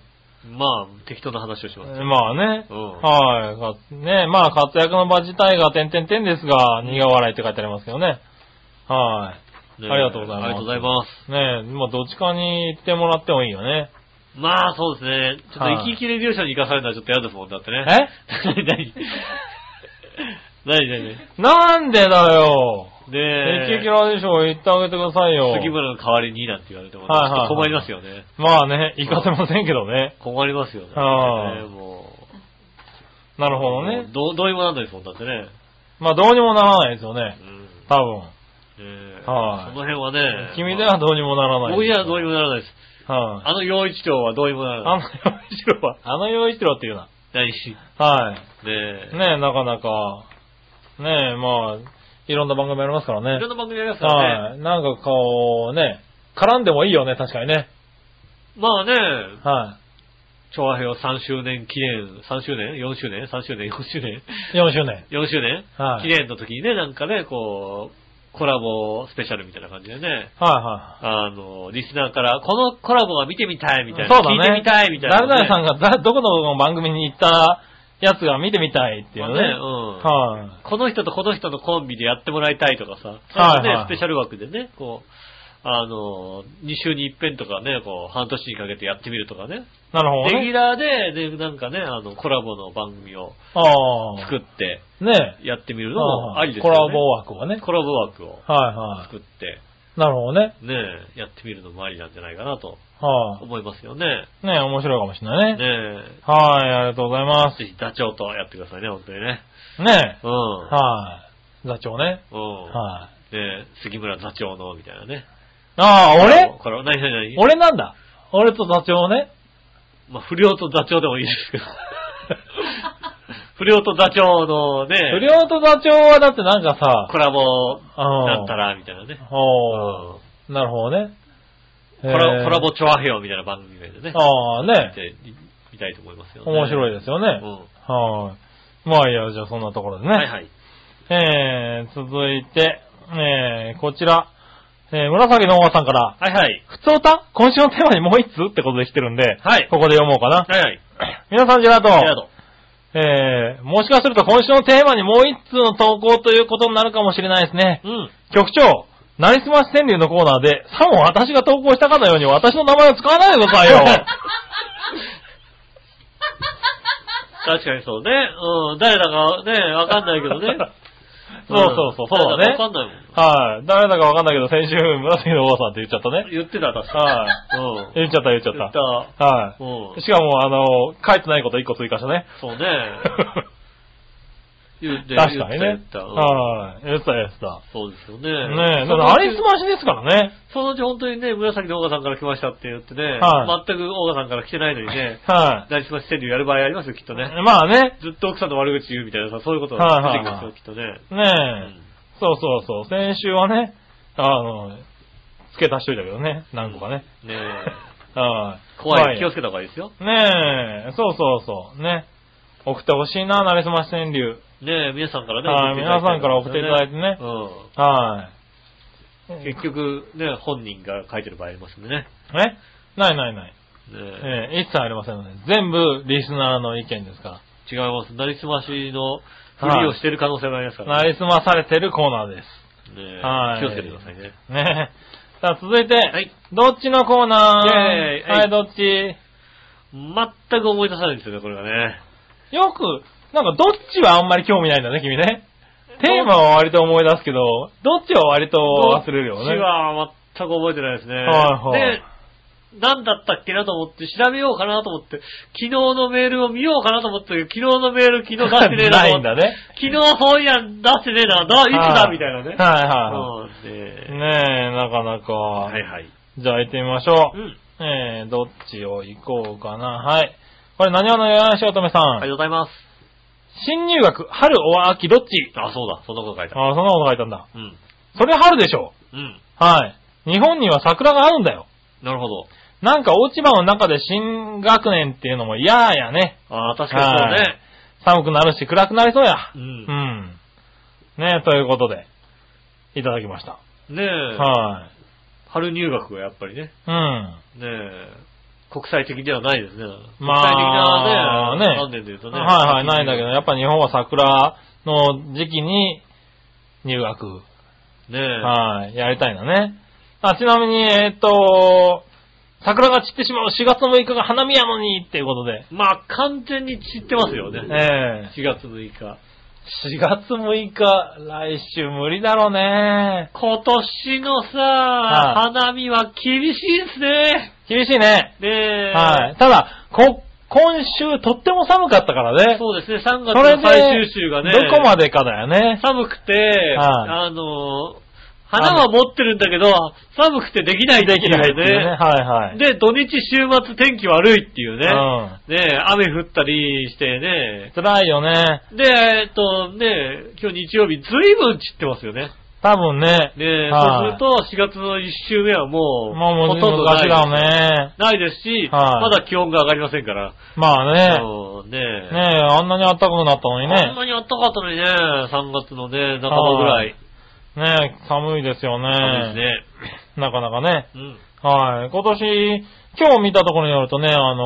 まあ、適当な話をしい。ます。まあね。うんはい。ねまあ活躍の場自体が点々点ですが、苦笑いって書いてありますけどね。はねありがとうございますありがとうございます。い。ねまあどっちかに行ってもらってもいいよね。まあ、そうですね。ちょっとはい生き生きレビュー賞に行かされるのはちょっと嫌ですもん、だってね。え何 何何何なんでだよ。で、一撃ラジオ言ってあげてくださいよ。杉村の代わりになんて言われても、ね、はいはいはいちょっと困りますよね。まあね、行かせませんけどね。困りますよね。あーねもなうるほどね。どう、どうにもなんないですもん、だってね。まあどうにもならないですよねう。ん。多分。ねえはいその辺はね。君ではどうにもならない。僕にはどうにも。もならないです。はい。あの洋一長はどうにもならあない。の洋一郎は、あの洋一郎っていうな。何し。ねはい。え。ねえ、なかなか、ねえ、まあ、いろんな番組ありますからいろねん。な番組ありますからね。はい。なんかこう、ね、絡んでもいいよね、確かにね。まあね、は調和平3周年記念、3周年 ?4 周年 ?3 周年 ?4 周年 い。4周年。 ?4 周年、はい記念の時にね、なんかね、こう、コラボスペシャルみたいな感じでね、はあの、リスナーから、このコラボが見てみたいいみはたいい。な、そうだね。聞いてみたいみたいな、誰々さんがだどこの番組に行ったやつが見てみたいっていうね。まあねうんはい。この人とこの人のコンビでやってもらいたいとかさ、はいはいそううね、スペシャル枠でね、こう、あの、2週に一遍とかね、こう、半年にかけてやってみるとかね、なるほどレギュね。ラーで、ね、なんかね、あの、コラボの番組をあ作ってあ。ねえ。やってみるのもありですコよね。ラボ枠をね。コラボ枠をはいは作って、い。なるほどね。ね、やってみるのもありなんじゃないかなとは思いますよね。い。ねえ、面白いかもしれないねね。はい、ありがとうございまぜひダチョウとやってくださいね、本当にね。す。ねうえ。ん。はい。座長ね。うん。はい。ね杉村座長の、みたいなね。ああ、俺これ、何何何俺なんだ。俺と座長ね。まあ、不良と座長でもいいですけ ど。不良と座長のね、不良と座長はだってなんかさ、コラボあだったら、みたいなね。おーうんなるほどね。コラコラへボーチョアヘオみたいな番組名でね。ああ、見ね。てみたいと思いますよね。面白いですよね。うん。はい。まあいいや、じゃあそんなところでね。はいはい。えー、続いて、えー、こちら、えー、紫のおばさんから、はいはい。普通歌今週のテーマにもう一通ってことで来てるんで、はいここで読もうかな。はいはい。皆さん、ジェラート。ありがとう。えー、もしかすると今週のテーマにもう一通の投稿ということになるかもしれないですね。うん。局長、なりすまし川柳のコーナーで、さも私が投稿したかのように私の名前を使わないでくださいよ。確かにそうね。うん。誰だかね、わかんないけ どね。そうそうそう、そうだ誰ねだかわか。んないもん。はい。誰だかわかんないけど、先週、紫のおばさんって言っちゃったね。言ってた、確かうん。言っちゃった、言っちゃ言っ。ったた。はうんい。。しかも、あの、書いてないこと1個追加したね。そうね。言って、確かに言っねて。たうんはい。やってた、やってた。そうですよね。ねえ、そだのかうらちありすましですからね。そのうち本当にね、紫のオーガさんから来ましたって言ってね、は、全くオーガさんから来てないのにね はなりすまし川柳やる場合ありますよ、きっとい。ね。まあね。ずっと奥さんの悪口言うみたいなさ、そういうことはがいは出いてはきまいすよ、きっとね。うねえん。そうそうそう。先週はね、あの、付け足しといたけどね。何個かね。ねえ。はい。怖い。気をよつけた方がいいですよ。ねえ、そうそうそう。ね。送ってほしいな、なりすまし川柳。ねえ、皆さんからね、はい送っていただきた皆さいんから送っていただいてねうはん。い。結局、ね、本人が書いてる場合ありますんでね。えないないない。ねえええ一切ありませんので。全部リスナーの意見ですか。違います。なりすましのふりをしてる可能性もありますかららなね。りすまされてるコーナーです。ねえはい気をつけてくださいね。ねえ。さあ、続いて、はいどっちのコーナイェーーイは、はいいどっち全く思い出さないんですよね、これがね。よく、なんかどっちはあんまり興味ないんだね、君ね。テーマは割と思い出すけど、どっちは割と忘れるよね。どっちは全く覚えてないですね。はいはいで、何だったっけなと思って調べようかなと思って、昨日のメールを見ようかなと思ったけど、昨日のメール昨日出してねえなとい思んっだてね。昨日そういや、出してねえな、だ、いつだ、みたいなね。はいはそういはい。ね。ねえ、なかなか。はいはい。じゃあ行ってみましょうう。ん。えー、どっちを行こうかな。はい。これ、何話のよしおとめさん。ありがとうございます。新入学、春、お秋、どっちあ、そうだ、そんなこと書いた。ああ、そんなこと書いたんだ。うん。それ春でしょうん。はい。日本には桜があるんだよ。なるほど。なんか落ち葉の中で新学年っていうのも嫌やね。あー確かにそうね。寒くなるし暗くなりそうや。う。うんん。ねえ、ということで、いただきました。ねえ、はい。春入学がやっぱりね、うん。ねえ、国際的ではないですね。まあ国際的なね、観ね点で言うとね。はいはい、ないんだけど、やっぱ日本は桜の時期に入学、ねえ。はい、やりたいのね。あ、ちなみに、えっと、桜が散ってしまう4月の6日が花見やのにっていうことで、まあ、完全に散ってますよね。ええ4月6日。 4月6日、来週無理だろうね。今年のさ、は花見は厳しいですね。厳しいね。ねえ。はい。ただ、こ、今週とっても寒かったからね。そうですね、3そ月れでの、最終週がね。どこまでかだよね。寒くて、はいあの、花は持ってるんだけど、寒くてできないできないっていうね。ね。はいはい。で、土日週末天気悪いっていうね。うん。ねえ、雨降ったりしてね。辛いよね。で、えっと、ねえ、今日日曜日、ずいぶん散ってますよね。多分ね。で、はいそうすると、4月の1週目はもう、もうもうほとんど昔なだいね。ないですし、はいまだ気温が上がりませんから。まあね。そうねねえ、あんなに暖かくなったのにあんね。なに暖かかったのにね、3月のね、半ばぐらい。ねえ、寒いですそようですね。ね。なかなかね。うん。はい。今年、今日見たところによるとね、あの、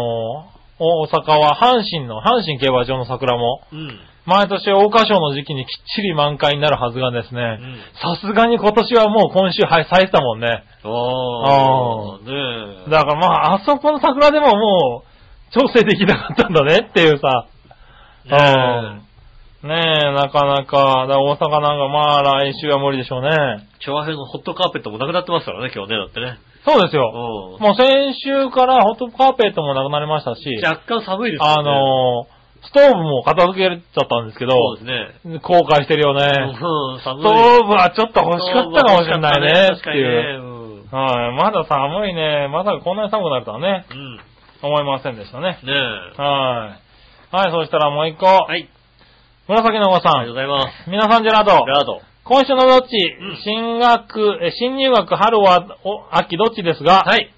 大阪は阪神の、阪神競馬場の桜も、うん。毎年大花賞の時期にきっちり満開になるはずがですねん、さすがに今年はもう今週はい咲いてたもんね。あああ、ねえ。だからまあ、あそこの桜でももう、調整できなかったんだねっていうさ。ねうん。ねえ、なかなか、だから大阪なんかまあ来週は無理でしょうねえ。。調和編のホットカーペットもなくなってますからね、今日ね、だってね。そうですうよ。ん。もう先週からホットカーペットもなくなりましたし、若干寒いですよね。あの、ストーブも片付けちゃったんですけど、そうですね。後悔してるよね。うん、寒い。ストーブはちょっと欲しかったかもしれないね確ってかにいう。ね。はい、まだ寒いね。まさかこんなに寒くなるとはね、うん。うん。ね思いませんでしたね。え。はい。はい、そしたらもう一個。はい。紫のおばさありがとうごん。ざいます。皆さんジェラードジェ。ラード。今週のどっち、ん新学、え新入学春は、お、秋どっちですが、はい。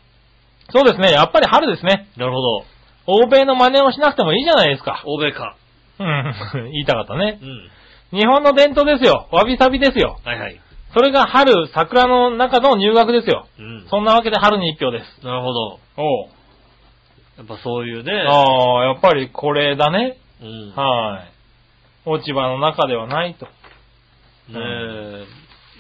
そうですね、やっぱり春ですね。なるほど。欧米の真似をしなくてもいいじゃないですか。欧米か。うん、 言いたかったねう。ん。日本の伝統ですよ。わびさびですよ。はいはい。それが春、桜の中の入学ですよ。うん。そんなわけで春に一票です。なるほど。おう。やっぱそういうね。ああ、やっぱりこれだね。うん。はい。落ち葉の中ではないと。ねえ。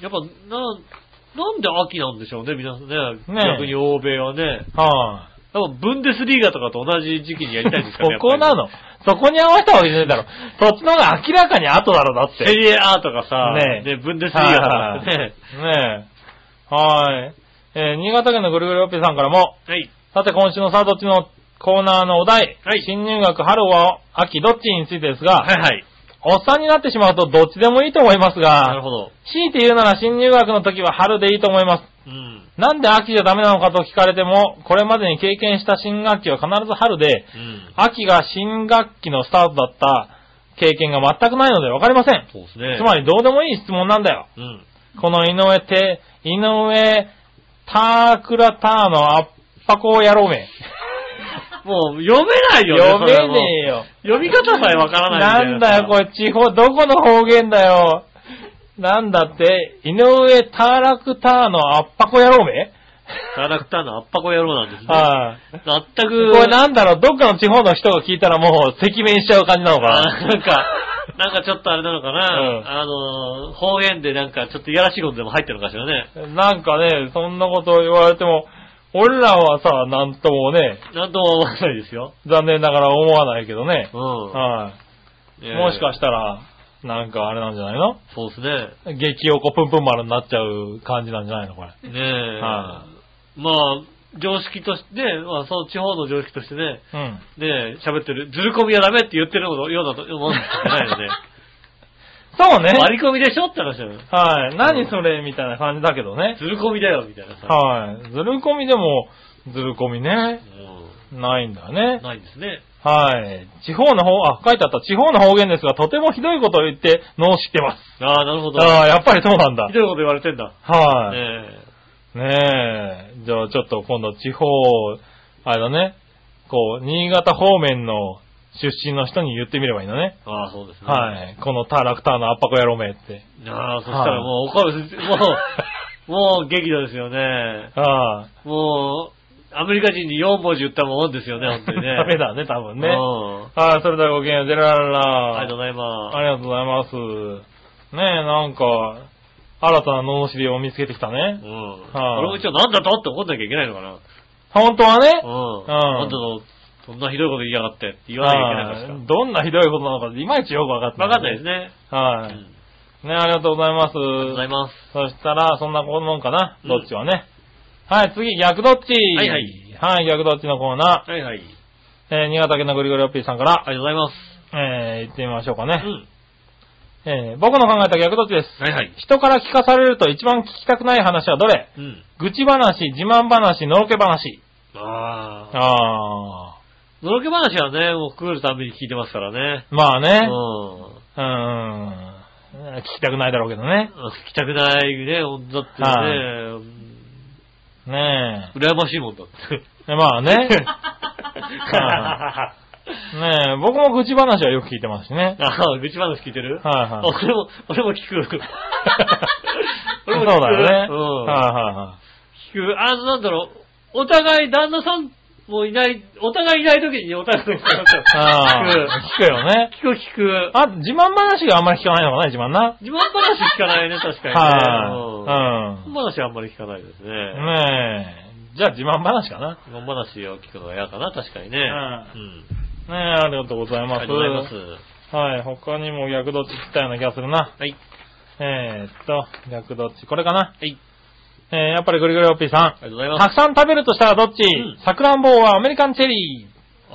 やっぱ、な、なんで秋なんでしょうね、皆さんね。ねえ逆に欧米はね。はやっぱブンデスリーガとかと同じ時期にやりたいんですい。かね。そこなやっの。そこに合わせたわけじゃないだろ。そっちの方が明らかに後だろ、だっぱりて。ね。セリエ A とかさ、ねねえブンデスリーガとかってね。ねえ。はい。えー新潟県のぐるぐるおっぴーさんからも、はい。さて今週のさあどっちのコーナーのお題、はい新入学春は秋どっちについてですが、はいはい。おっさんになってしまうとどっちでもいいと思いますなるが、ほど。強いて言うなら新入学の時は春でいいと思います。うん。なんで秋じゃダメなのかと聞かれても、これまでに経験した新学期は必ず春で、うん。秋が新学期のスタートだった経験が全くないのでわかりません。そうですね。つまりどうでもいい質問なんだよ。うん。この井上て、井上、タークラターのアッパコ野郎め。もう読めないよね。読めそれもねえよ。読み方さえわからないなんみたいだよ、これ、地方、どこの方言だよ。なんだって、井上ターラクターのアッパコ野郎めキャラクターのアッパコ野郎なんですね。はい。全く。これなんだろう、どっかの地方の人が聞いたらもう、赤面しちゃう感じなのかあなな。んか、なんかちょっとあれなのかな、うんあの、方言でなんかちょっといやらしいことでも入ってるのかしらね。なんかね、そんなこと言われても、俺らはさ、なんともね、なんとも思わないですよ。残念ながら思わないけどね。うはい。ん。もしかて。したら、なんかあれなんじゃないのそうですね。激おこぷんぷん丸になっちゃう感じなんじゃないのこれ。ねえ。はまあ、常識として、ね、まあ、その地方の常識としてね、うん。ねえ、喋ってる、ずる込みはダメって言ってるのようだと思うんですじゃない よね。そうね。割り込みでしょって話だよ。はい。何それみたいな感じだけどねず。る込みだよ、みたいなさ。はい。ずる込みでも、ずる込みね。うないんだんね。ないですね。はい。地方の方、あ、書いてあった。地方の方言ですが、とてもひどいことを言って、脳を知ってます。ああ、なるほど。ああ、やっぱりそうなんだひ。どいこと言われてんだ。はい。ねねえ。じゃあちょっと今度地方、あれだね。こう、新潟方面の出身の人に言ってみればいいのね。え。ああ、そうですね。はい。このターラクターの圧迫野郎めって。ああ、そしたらもう怒る、もう、もう激怒ですよね。ああ。もう、アメリカ人に4文字言ったもんですよね、本当にね。 ダメだね、多分ね。うん。はい、それではごきげんよう、ジェラララ。ありがとうございます。ありがとうございます。ねえ、なんか、新たな罵りを見つけてきたねう。ん。はい俺も一応なんだとって思んなきゃいけないのかな。本当はね、うん。んなんだと、そんなひどいこと言いやがってって言わなきゃいけないはいどんなひどいことなのか、いまいちよくわかってから。わかんないです。ね。はうん。ありい。ねありがとうございます。がとうございます。そしたら、そんなこんなもんかな、うんどっちはね。はい、次、逆どっち。はいはい。はい、逆どっちのコーナはいはい。ー。えー、新潟県のぐりぐりおっぴーさんから、ありがとうございます。えー、行ってみましょうかうね。ん。えー、僕の考えた逆どっちです。はいはい。人から聞かされると一番聞きたくない話はどれうん。愚痴話、自慢話、のろけ話。ああ。ああ。のろけ話はね、もうくぐるたんびに聞いてますからね。まあうね。ん。うーん。聞きたくないだろうけどね。聞きたくないね、だってはね、ね羨ましいもんだって。え。ま あね。はあいねえ、僕も愚痴話はよく聞いてますしね。あ、愚痴話聞いてるはいはいあ俺も、俺も 聞く。そう俺も聞く。だよね。うん。はいはいは聞く。あの、なんだろう、お互い旦那さんもいない、お互いいない時にお互いの人い。ああ、聞くよね。聞く。聞く聞く。あ、自慢話があんまり聞かないのかな、自慢な。自慢話聞かないね、確かにね。はうん自慢話あんまり聞かないですね。い。うん。ねえ。じゃあ自慢話かな。自慢話を聞くのが嫌かな、確かにね。ううん。ねえ、ありがとうございまあす。りがとうございます。はい、他にも逆どっち聞きたような気がするな。はい。えー、っと、逆どっち、これかな。はい。えー、やっぱりぐりぐりおっぴーさんあ。りがとうございますた。くさん食べるとしたらどっちうんさくらんぼうはアメリカンチェリー。ああ、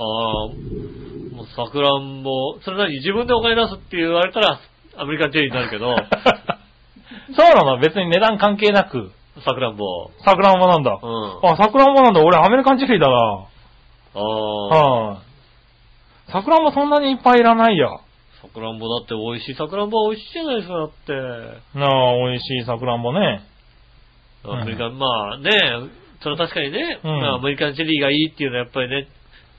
もうさくらんぼ、それ何自分でお金出すって言われたら、アメリカンチェリーになるけ ど、そうなの別に値段関係なく、さくらんぼ。さくらんぼなんだう。ん。あ、さくらんぼなんだ。俺アメリカンチェリーだあな。あ、はい。さくらんぼそんなにいっぱいいらないや。さくらんぼだって美味しい。さくらんぼは美味しいじゃないですか、だって。なあ、美味しいさくらんぼね。うんアメリカン、まあね、それは確かにね、うんまあアメリカンチェリーがいいっていうのはやっぱりね、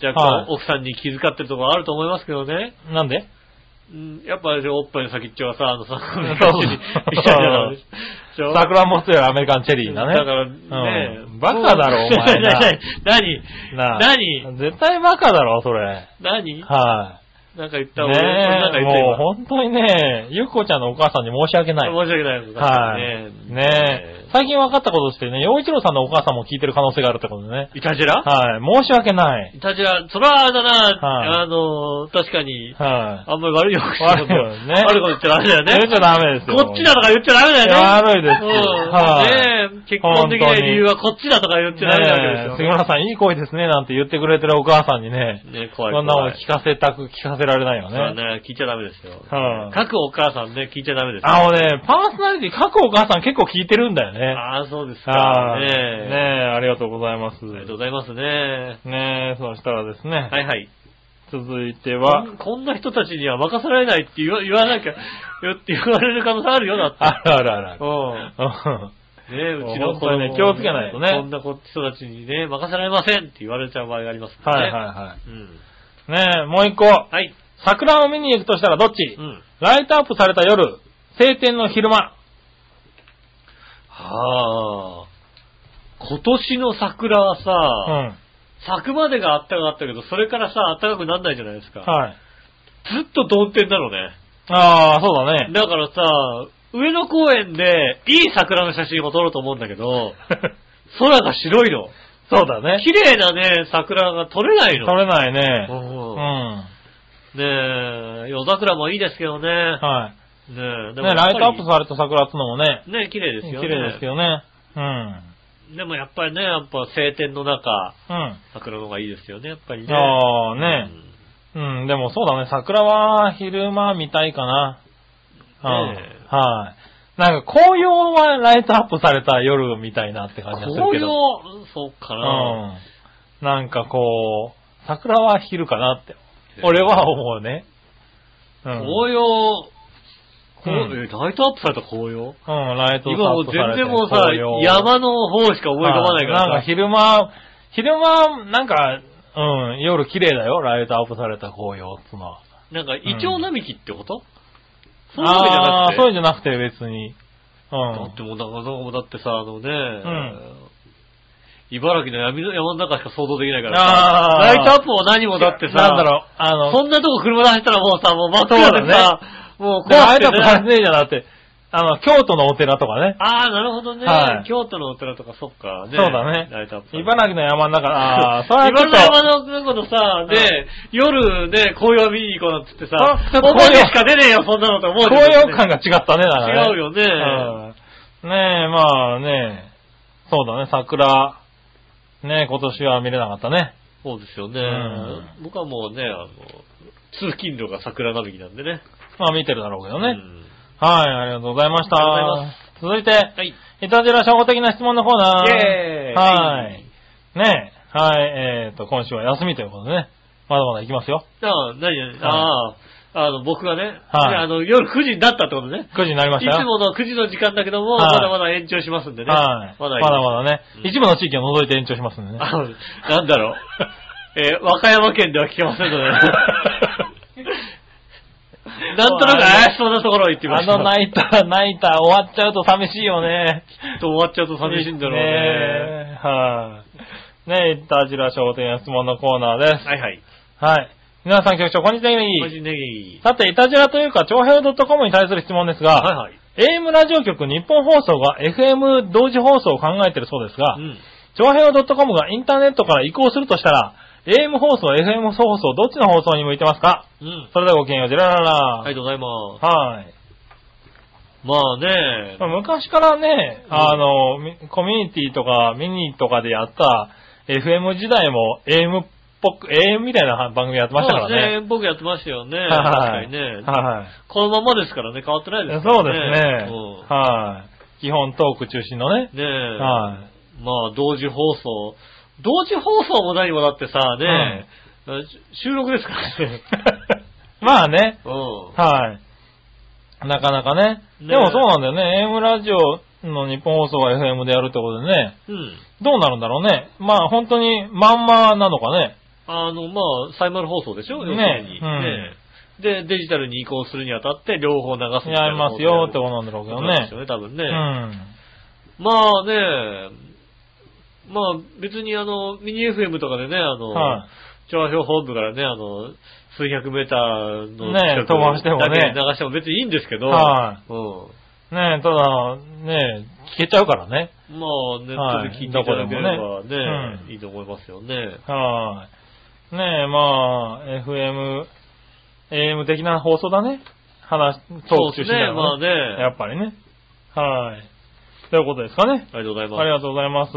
若はい干奥さんに気遣ってるところあると思いますけどね。なんでうん、やっぱりおっぱいの先っちょはさ、あのさ、アメリカンそうチェリーみたいなのでしょさくらんぼってよりアメリカンチェリーだね。だからうね、んバカだろお前な何なあ何絶対バカだろ、それ。何はなんか言っい。たね俺なんかえ、言ったもう今本当にね、ゆっこちゃんのお母さんに申し訳ない。申し訳ないことだはねい。ねえ。最近分かったこととしてね、洋一郎さんのお母さんも聞いてる可能性があるってことでね。いたじらはい。申し訳ない。いたじら、それはあれだはな、あの、確かに、はあんまり悪いよ。悪いよね悪いこと言っちゃダメだよい。言っね。ちゃダメですよ。こっちだとか言っちゃダメだよね。いうや悪いですよはいん。ねえ、結婚できない理由はこっちだとか言っちゃダメなわけねえで杉村さんいい声ですね、なんて言ってくれてるお母さんにね、すよ。ねえ、怖いこ怖い。んなの聞かせたく、聞かせせられないよそれはね。ね、聞いちゃダメですよ。はい各お母さんね、聞いちゃダメですよ。あのね、パーソナリティ、過去お母さん結構聞いてるんだよね。ああ、そうですか。はいねねえ、え。ありがとうございます。ありがとうございますね。ねえ、そしたらですね、はいはい。続いてこは、んこんな人たちには任せられないって言わ言わなきゃ、言って言われる可能性あるよ、だって。あらあらあうら。ん。ねえ、うちの子本当供にね気をつけないとねこんな子人たちにね、任せられませんって言われちゃう場合がありますもんね。はいはうん。いはい。ねえ、もう一個。はい。桜を見に行くとしたらどっち、うん。ライトアップされた夜、晴天の昼間。はあ。今年の桜はうさ、ん。咲くまでが暖かかったけど、それからさ、暖かくなんないじゃないですか。はい。ずっと曇天だろうね。ああ、そうだね。だからさ、上野公園でいい桜の写真を撮ろうと思うんだけど、空が白いの。そうだね。綺麗なね、桜が撮れないの。 取れないね。う。うんんねえ、夜桜もいいですけどね。はい。ねえ、ね、やっぱライりトアップされた桜ってのもね、ねえ、綺麗です綺よね。麗ですけどね。うん。でもやっぱりね、やっぱ晴天の中、うん。桜の方がいいですよね、やっぱりね。ああ、うね。んうん、でもそうだね、桜は昼間見たいかな。うんね。はい。なんか紅葉はライトアップされた夜みたいなって感じがするけ紅ど。葉、うんそうかな。うん。なんかこう、桜は昼かなってえ。俺は思うね。うん。紅葉、こううんえライトアップされた紅葉うん、ライトア今もうップ全されて然もうさ紅葉、山の方しか思い浮かばないからさ。なんか昼間、昼間、なんか、うん、夜綺麗だよ、ライトアップされた紅葉っつうのは。なんか、イチョウ並木ってこと、そういうわけじゃなああくー、て。そうじゃなくて別に。うだんっ。てもうなんか、なんかもうだってさ、あのね、ん茨城の闇の山の中しか想像できないからさ、ラあーイトアップも何もだってさ、なんだろう、あの、そんなとこ車で走ったらもうさ、もう真っ暗でさ、もうでも怖ラくイてトアップされてね。ねえじゃん、だって。あの、京都のお寺とかね。ああ、なるほどね、はい京都のお寺とか、そっか、ね。そうだねライトアップ。茨城の山の中、ああ、 それは茨ちょっ城との、山の中のさ、で、夜ね、紅葉見に行こうなんて言ってさあちょ、っとお前紅葉でしか出ねえよ、そんなのと思うじゃん紅葉感が違ったね、だからね。違うよねうんねえ、まあねそうだね、桜、ねえ今年は見れなかったね。そうですよね。う僕はもうね、あの、通勤路が桜並木なんでね。まあ見てるだろうけどうね。んはい、ありがとうございました。ありがとうございま続いて、はい。イいたじら初歩的な質問のコーナー。ェーイはい。。ねえ、はい、えっと、今週は休みということでね。まだまだ行きますよ。じゃあ、何々ああ、あの、僕がね、はいねあの、夜9時になったってことね。 9時になりまいしたよ。つもの9時の時間だけども、はいまだまだ延長しますんでね。はい。ままだだいいまだね、うん一部の地域を除いて延長しますんでね。あのなんだ ろう。えー和歌山県では聞けませんので。なんとなく怪しそうなところを言ってみまあした。のナイター、ナイター終わっちゃうと寂しいよね。と終わっちゃうと寂しいんだろうね。ねえはい、ねえ、いたじら商店の質問のコーナーです。はいはい。はい。皆さん局長、こんにちは。個人ネギ。さて、いたじらというか、長編 .com に対する質問ですが、はいはい。 AM ラジオ局日本放送が FM 同時放送を考えているそうですがう、ん。長編 .com がインターネットから移行するとしたら、AM 放送、FM 放送、どっちの放送に向いてますかうん。それではごきげんよう、ジェラララ。ありがとうございます。はい。まあね、まあ昔からね、うんあの、みコミュニティとかミニとかでやった FM 時代も AM っぽく、AM みたいな番組やってましたからね。そうですね。僕やってましたよね。確はかいにね。はい。このままですからね、変わってないですかそうですらね。ね。はい。基本トーク中心のね。うん。ねえ。はまあ、同時放送。同時放送も何もだってさ、ねえ、収録ですから ね。い。 まあね。うん。はい。なかなかね。ねでもそうなんだよね。AM ラジオの日本放送が FM でやるってことでね。うん。どうなるんだろうね。まあ本当にまんまなのかね。あの、まあ、サイマル放送でしょね要するに。うんねえで、デジタルに移行するにあたって、両方流すみたいなやりこまとすでよってことなんだろうけどなんでねす。よね、多分ね。うん。まあね、まあ別にあの、ミニ FM とかでね、あの、は調和表本部からね、あの、数百メーターのねえ近く飛ばしてもねだけ流しても別にいいんですけど、はうんい。ねえ、ただ、ねえ、聞けちゃうからね。まあネットで聞いていただければね、はいどこでもねうんいいと思いますよね。はい。ねえ、まあ、FM、AM 的な放送だね。話、トーク中心だね。まよあね。ね、やっぱりね。はい。ということですかね。ありがとうございます。ありがとうございます。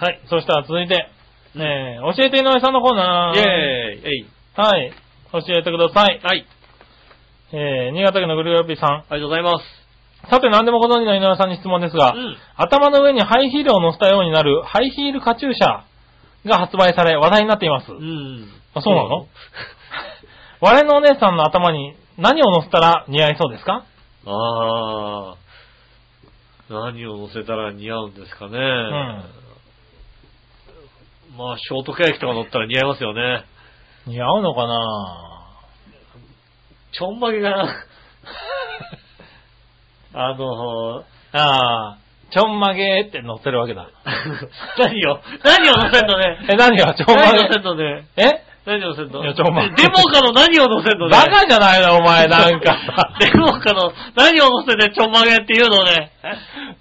はい。そしたら続いて、ねえ、教えて井上さんのコーナー。イェーイえいはい。教えてください。はい。えー、新潟県のグルーピーさん。ありがとうございます。さて、何でもご存知の井上さんに質問ですが、うん頭の上にハイヒールを乗せたようになるハイヒールカチューシャが発売され話題になっています。うん。あそうなの我のお姉さんの頭に何を乗せたら似合いそうですか ああ。何を乗せたら似合うんですかね。んまあ、ショートケーキとか乗ったら似合いますよね。似合うのかなちょんまげが、 あの、ああ、ちょんまげって乗せるわけ だ。 何を、何を乗せんのね。え、何がちょんま何を乗せげんのね。え何を乗せんのいやちょんまげデモカの何を乗せんのね。。バカじゃないのお前、なんかさ デモカの何を乗せてちょんまげっていうの ね。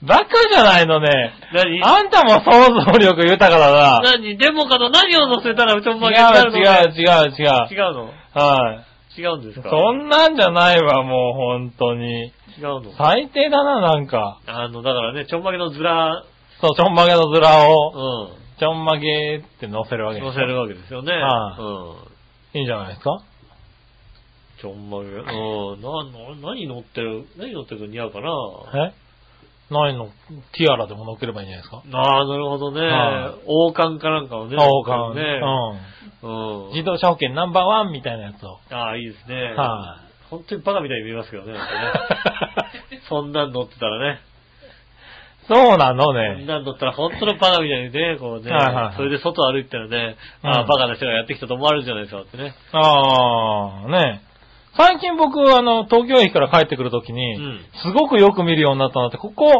バカじゃないのね。何あんたも想像力豊かだな。何デモカの何を乗せたらちょんまげにな違るうの違う違う違う。違うのはい。違うんですかそんなんじゃないわ、もう本当に。違うの最低だな、なんか。あの、だからね、ちょんまげのズラ、そう、ちょんまげのズラうを、ん、ちょんまげって乗せるわけ乗せるわけですよね。はいうん。いいんじゃないですかちょんまげ、うん、な、な、何乗ってる、何乗ってると似合うかなえ何の、ティアラでも乗っければいいんじゃないですかああ、なるほどねは。王冠かなんかをね。青缶。ね。ううんん。自動車保険ナンバーワンみたいなやつを。ああ、いいですね。は本当にバカみたいに見えますけど ね。なんかねそんなん乗ってたらね。そうなのそんね。なん乗ったら本当のバカみたいにね、こうねはいはいはい。それで外歩いてたらね、あうあ、んバカな人がやってきたと思われるじゃないですかってね。あー、ね最近僕、あの、東京駅から帰ってくるときに、うんすごくよく見るようになったなって、ここ、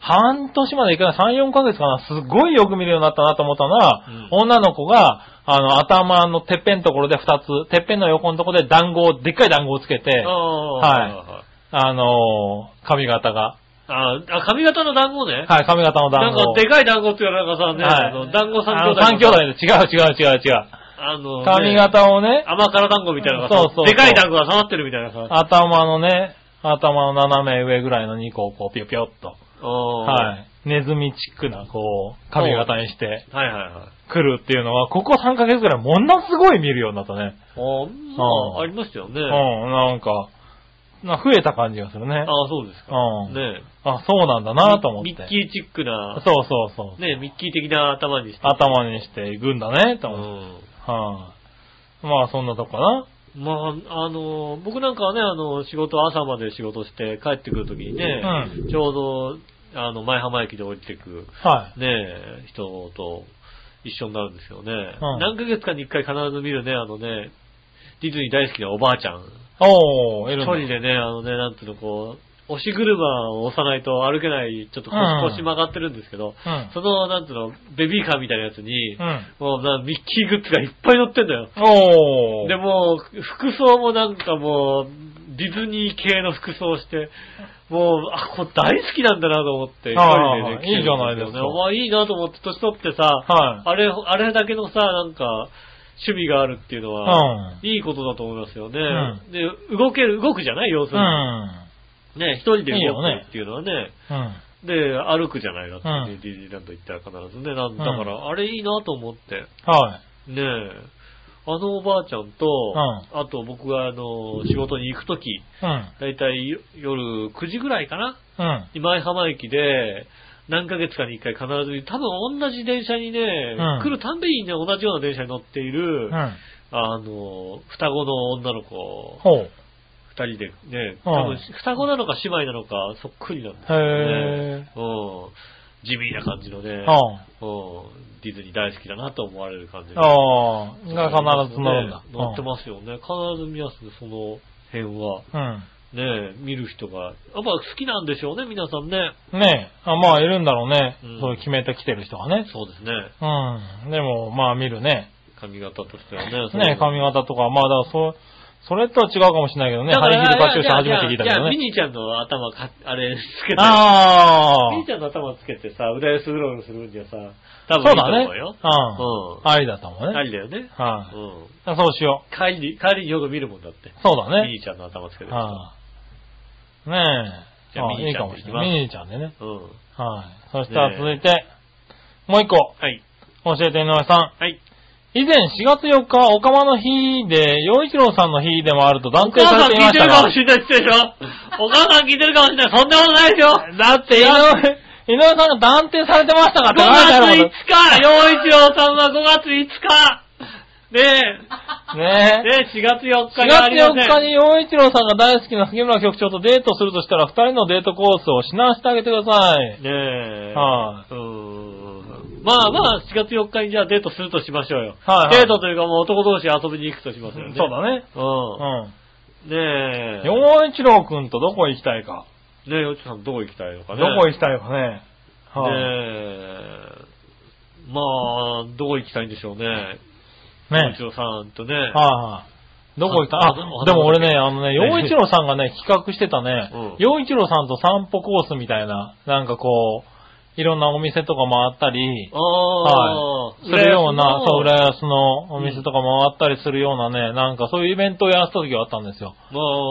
半年までいかない、3、4ヶ月かな、すごいよく見るようになったなと思ったのは、うん女の子が、あの、頭のてっぺんのところで2つ、てっぺんの横のところで団子を、でっかい団子をつけてあ、あ、はいはい。あのー髪型が。ああ、髪型の団子ね。はい、髪型のな団ん子を。か、でかい団子って言われなんかさ、ね、あの、団子三兄弟。あの三兄弟。で、違う違う違う違う。あの、ね髪。型をね、甘辛団子みたいなのがさそうそうそうでかい団子が下がってるみたいなさ。頭のね、頭の斜め上ぐらいの2個をこう、ぴょぴょっと、ははい。ネズミチックな、こう、髪型にしてい。はいはいはい。くるっていうのは、ここ3ヶ月ぐらいものすごい見るようになったね。あまうんあ、ありましたよね。うん、あなんか、な増えた感じがするね。あ、そうですか。うんねあ、そうなんだなと思って。ミッキーチックな、そうそうそう。ねミッキー的な頭にして。頭にしていくんだね、とう思って。ん。はい、まあ、そんなとこかな。まあ、あの、僕なんかはね、あの、仕事、朝まで仕事して帰ってくるときにね、うちょうど、あの、前浜駅で降りてく、はい。ねえ、人と一緒になるんですよね。うん何ヶ月かに一回必ず見るね、あのね、ディズニー大好きなおばあちゃん。おー、いる一んだ人でね、あのね、なんていうの、こう、押し車を押さないと歩けない、ちょっと腰,、うん腰曲がってるんですけど、うんその、なんていうの、ベビーカーみたいなやつに、うん。もうな、ミッキーグッズがいっぱい乗ってんだよ。おー。で、もう、服装もなんかもう、ディズニー系の服装して、もう、あ、これ大好きなんだなと思って、あー一人来てるんよいいじゃないですかお前いいなと思って、年取ってさ、はいあれ、あれだけのさ、なんか、趣味があるっていうのは、いいことだと思いますよね。うで、動ける、動くじゃない要すうるに。ん。ね、一人でいい動よねくっていうのはね。うん。で、歩くじゃないだって、うんディズニーランド行ったら必ずね。なんんだから、あれいいなと思って。はい。ねえ。あのおばあちゃんと、うあと僕があの、仕事に行くとき、うん。だいたい夜夜9時ぐらいかなうん。今井浜駅で、何ヶ月かに一回必ず、多分同じ電車にね、ん来るたんびにね、同じような電車に乗っている、うん。あの、双子の女の子、ほう。二人でね、うん多分双子なのか姉妹なのか、そっくりなんですよへね。うん地味な感じのね、あうんディズニー大好きだなと思われる感じのああ、が必ず乗るんだ。ね乗ってますよね。必ず見ますね、その辺は。うね見る人が。やっぱ好きなんでしょうね、皆さんね。ん。ねえ。あまあ、いるんだろうね。うんそういう決めてきてる人がね。そうですね。うん。でも、まあ、見るね。髪型としてはね。そうねえ、髪型とか。まあ、だから、そう、それとは違うかもしれないけどね。だかハイヒらールカチューシャ初めて聞いたけじゃどあミね。ニーちゃんの頭か、あれ、つけて。ああミニー。ちゃんの頭つけてさ、裏安うろうろするんじゃさ、多そう分いいとだね思うよ。。うん。ありだと思う。うんありね。だよね。はうい。ん。あそうしよ帰り、帰りによく見るもんだってう。。そうだミニね。ーちゃんの頭つけてる人。はい。ねえ。じゃああミいニいちゃかんもでしいれきなまい。すミニーちゃんでね。うん。はい。そしたら続いて、もう一個、はい。教えて井上さん。はい。井以前4月4日、オカマの日で、洋一郎さんの日でもあると断お定母ささんれていま聞いしてたるかもがし、れないってでしょお母さん聞いてるかもしれない。そんなことないでしょだって井上、井上さんが断定されてましたか ?5 らって書いてあ月る5日陽一郎さんは5月5日ねもんねえ、ねえ、4月4日4にあ月りません4日に洋一郎さんが大好きな杉村局長とデートするとしたら、2人のデートコースを指南してあげてくださねい。え。はうーん。まあまあ、4月4日にじゃあデートするとしましょうよ。はいはいデートというかもう男同士遊びに行くとしますよね。そうだね。うん。ねえ。うん。洋一郎くんとどこ行きたいか。ねえ、よちさんどこ行きたいのかどね。こ行きたいかね。はいねえ。まあ、どこ行きたいんでしょうね。洋ね一。郎さんとね。はい。どこ行ったああ、でも俺ね、あのね、ね洋一郎さんがね、企画してたうんね、洋一郎さんと散歩コースみたいな、なんかこう、いろんなお店とか回ったり、ああ、はい。するような、そう、ま浦安のお店とか回ったりするようなね、なんかそういうイベントをやらせた時があったんですよ。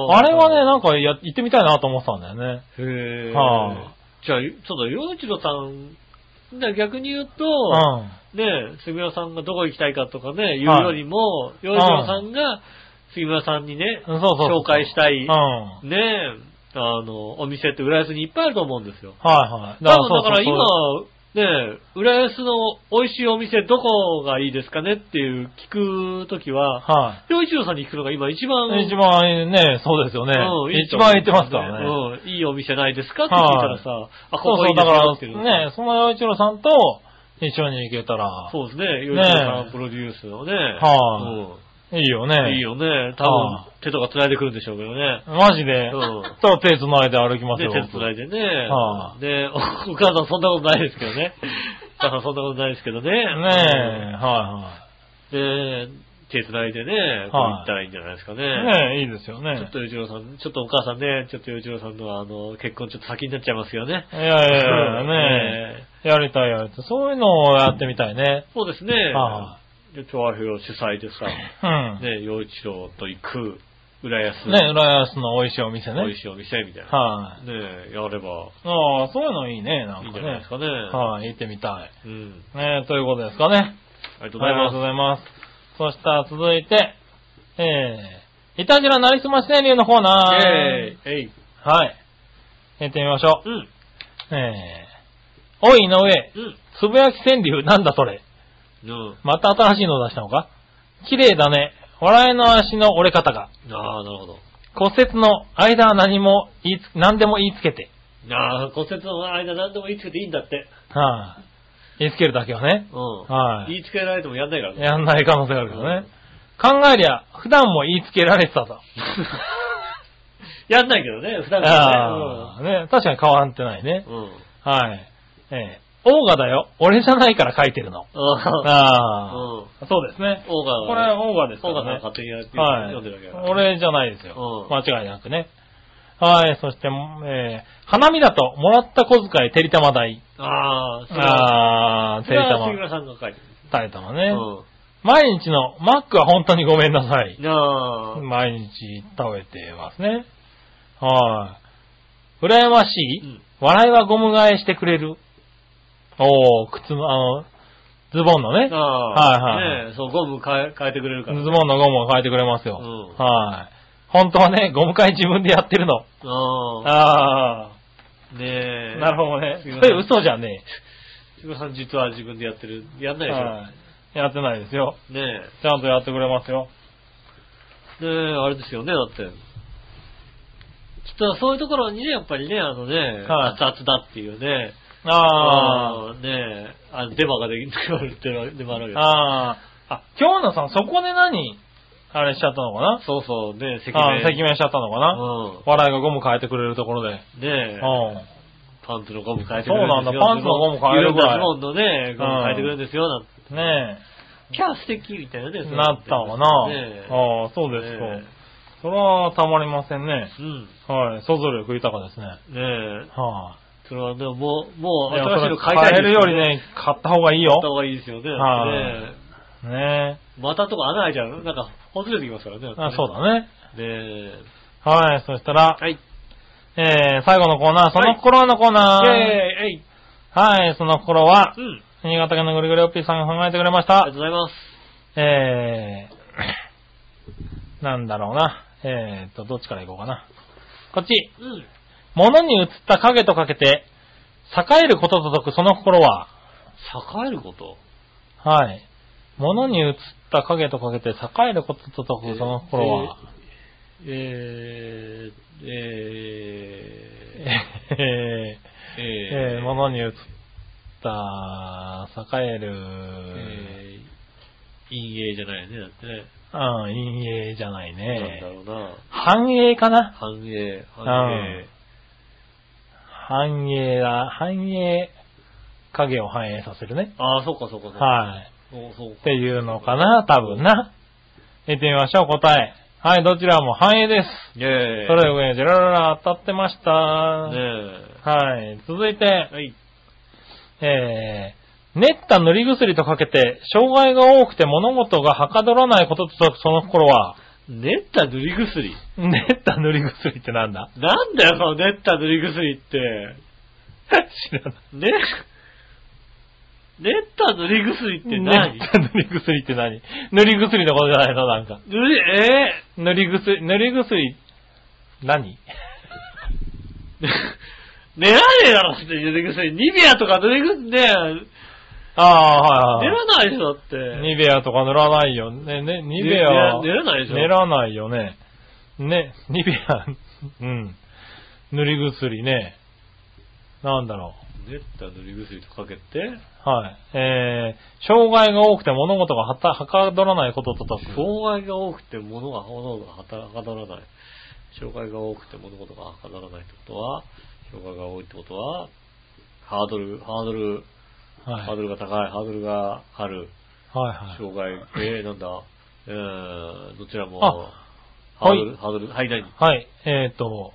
ああれはね、なんかや行ってみたいなと思ってたんだよね。へえ。はじゃあ、そうだ、洋一郎さん、だから逆に言うと、うん。ね、杉村さんがどこ行きたいかとかね、言うよりも、洋一郎さんが杉村さんにね、そうそうそう。紹介したい、うん。ねはあの、お店って浦安にいっぱいあると思うんですよ。いはい。多分だからそうそうそう今、ね、浦安の美味しいお店どこがいいですかねっていう聞くときは、は洋一郎さんに聞くのが今一番、い。一番ね、そうですよね。うんいい一と思番う行ってますからね。うん、いいお店ないですかって聞いたらさ、あ、ここいいでだすかよら、っていうのね、その洋一郎さんと一緒に行けたら、そうですね、洋一郎さんプロデュースのね、はういいようんね。いいよね、多は分手とか繋いでくるんでしょうけどね。マジで、うん そう手繋いで歩きますで、よ。手繋いでねは。で、おお母さんそんなことないですけど ね。お母さんそんなことないですけどね。ねえ、はで、手繋いでね、こう行ったらいいんじゃないですかね。いはい。ねえ、いいですよちょっね。と洋一郎さん、ちょっとお母さんね、ちょっと洋一郎さんのあの、結婚ちょっと先になっちゃいますよね。いやいやいや、うんねえ、やりたいやりたい。そういうのをやってみたいね。そうですね。はで、調和表主催でさ、 うん。ねね、洋一郎と行く、浦安、浦安の美味しいお店ね。美味しいお店みたいな。はい。ね、やればああ、そういうのいいね、なんいいんじかゃないねです。かね。はい、行ってみたうん。い。ねえ、ということですかね。ありがとうごはいざいまありがすとう。ございます。そしたら続いて、えー、いたじらなりすまし川柳のコーナー。イェーイえい。はい。やってみましょうん。う。えー、おい井上、うん。つぶやき川柳なんだそれ。うん。また新しいの出したのか綺麗だね。笑いの足の折れ方が。ああ、なるほど。骨折の間は何も言いつ、何でも言いつけて。ああ、骨折の間何でも言いつけていいんだって。はい、言いつけるだけはね。うん。はい言いつけられてもやんないからね。やんない可能性があるけどね。考えりゃ、普段も言いつけられてたと。やんないけどね、普段あかあ、ね、確かに変わってないねらね。。うん。うん。はい。えー、オーガだよ。俺じゃないから書いてるの。ああ。うああ、ん。そうですね。オーガこれ、オーガですかオーガらさんね。勝手にやって、はい読んでるだけだから。俺じゃないですうよん。間違いなくね。はい、そして、えー、花見だと、もらった小遣い、てりたま代。ああ、そうああ、てりたま杉、村さんが書いててりたまる。ね。う毎日の、マックは本当にごめんなさいん。。なあ。毎日食べてますね。はい。羨ましい、うん笑いはゴム替えしてくれる。おー、靴の、あの、ズボンのね。なズあ。はいはいねえそう、ゴム変え、変えてくれるから。ボンのゴムを変えてくれますよ。うんはい。本当はね、ゴム替え自分でやってるの。あああ。ねー。え。なるほどね。そ杉村さんれ嘘じゃね杉村さん実は自分でやってる。やんないでえ。しはいやってないですよ。ょ。ねえ。ちゃんとやってくれますよ。ねえ、あれですよね、だって。きっとそういうところにね、やっぱりね、あのね、はい熱々だっていうね、ああー。ー、ねえ、あのデマができ るっていうのでもあるわあー。あ、今日のさん、そこで何、あれしちゃったのかなけです。そうそう、ねえ、赤あ面。赤面しちゃったのかな、笑いがゴム変えてくれるところで。うん。ねえ、うん。パンツのゴム変えてくれるんですよ。そうなんだパンツのゴム変えるぐらいユーザーズボンのね、ゴム変えてくれるんですよ、なんて。ねキャー素敵みたいなね。え、そうなったのかな、ねえああ、そうですか。ねそれはたまりませんね。えうん。はい。想像力豊かですね。ねえ、はそれはね、もう、もう、い。新しいの買買いたいえるよりね、ね、買った方がいい買ったよ。方がいいですよね。はいねえねまたとか穴開いちゃうのなんか、ほつれてきますからね。え。あそうだね。ね。で、はい。そしたら、はい。えー、最後のコーナー、その心はのコーナー。イェーイえいはい。その心はう、ん。新潟県のぐるぐるおっぴーさんが考えてくれましあたりがとう。ございます。えー、なんだろうな。えーと、どっちから行こうかな。こっち。うん。物に映った影とかけて、栄えることと解くその心は、栄えることはい。物に映った影とかけて、栄えることと解くその心は、えー、ええー、えー、ー、えー、物に映った、栄える、えー、陰影じゃないよね、だってね。うん、陰影じゃないなね。んだろうな。繁栄かな繁栄、繁栄。繁栄だ、繁栄、影を反映させるね。ああ、そうかそうかそうか。はい。そうそうかっていうのかな、多分な。行ってみましょう、答え。はい、どちらも繁栄です。イェーイ。それ上、ジェラララ当たってました。ねはい、続いえ。て、はい。えー、練った塗り薬とかけて、障害が多くて物事がはかどらないことと解くその心は、練った塗り薬。練った塗り薬ってなんだ なんだよ、その練った塗り薬って。知らない。ね、練った塗り薬って何練った塗り薬って何塗り薬のことじゃないのなんか。塗り、え塗り薬、塗り薬、何ー、練らねえだろ、って塗り薬。ニベアとか塗り薬ね、ああ、はいはい練はい。らないでしょ、だって。ニベアとか塗らないよ。ね、ね、ニベアは。ねね練らないでしょ塗らないよね。ね、ニベア、 うん。塗り薬ね。なんだろ練った塗り薬とかけて、う。はい。えー、障害が多くて物事がはた、はかどらないことと解く。障害が多くて物が、物が働かどらない。障害が多くて物事がはかどらないってことは、障害が多いってことは、ハードル、ハードル、はい。ハーはドいルが高い、ハードルがある。はい。障害、えー、なんだ、えー、どちらも、あハードル、ハードル、はい、何はい。えーと、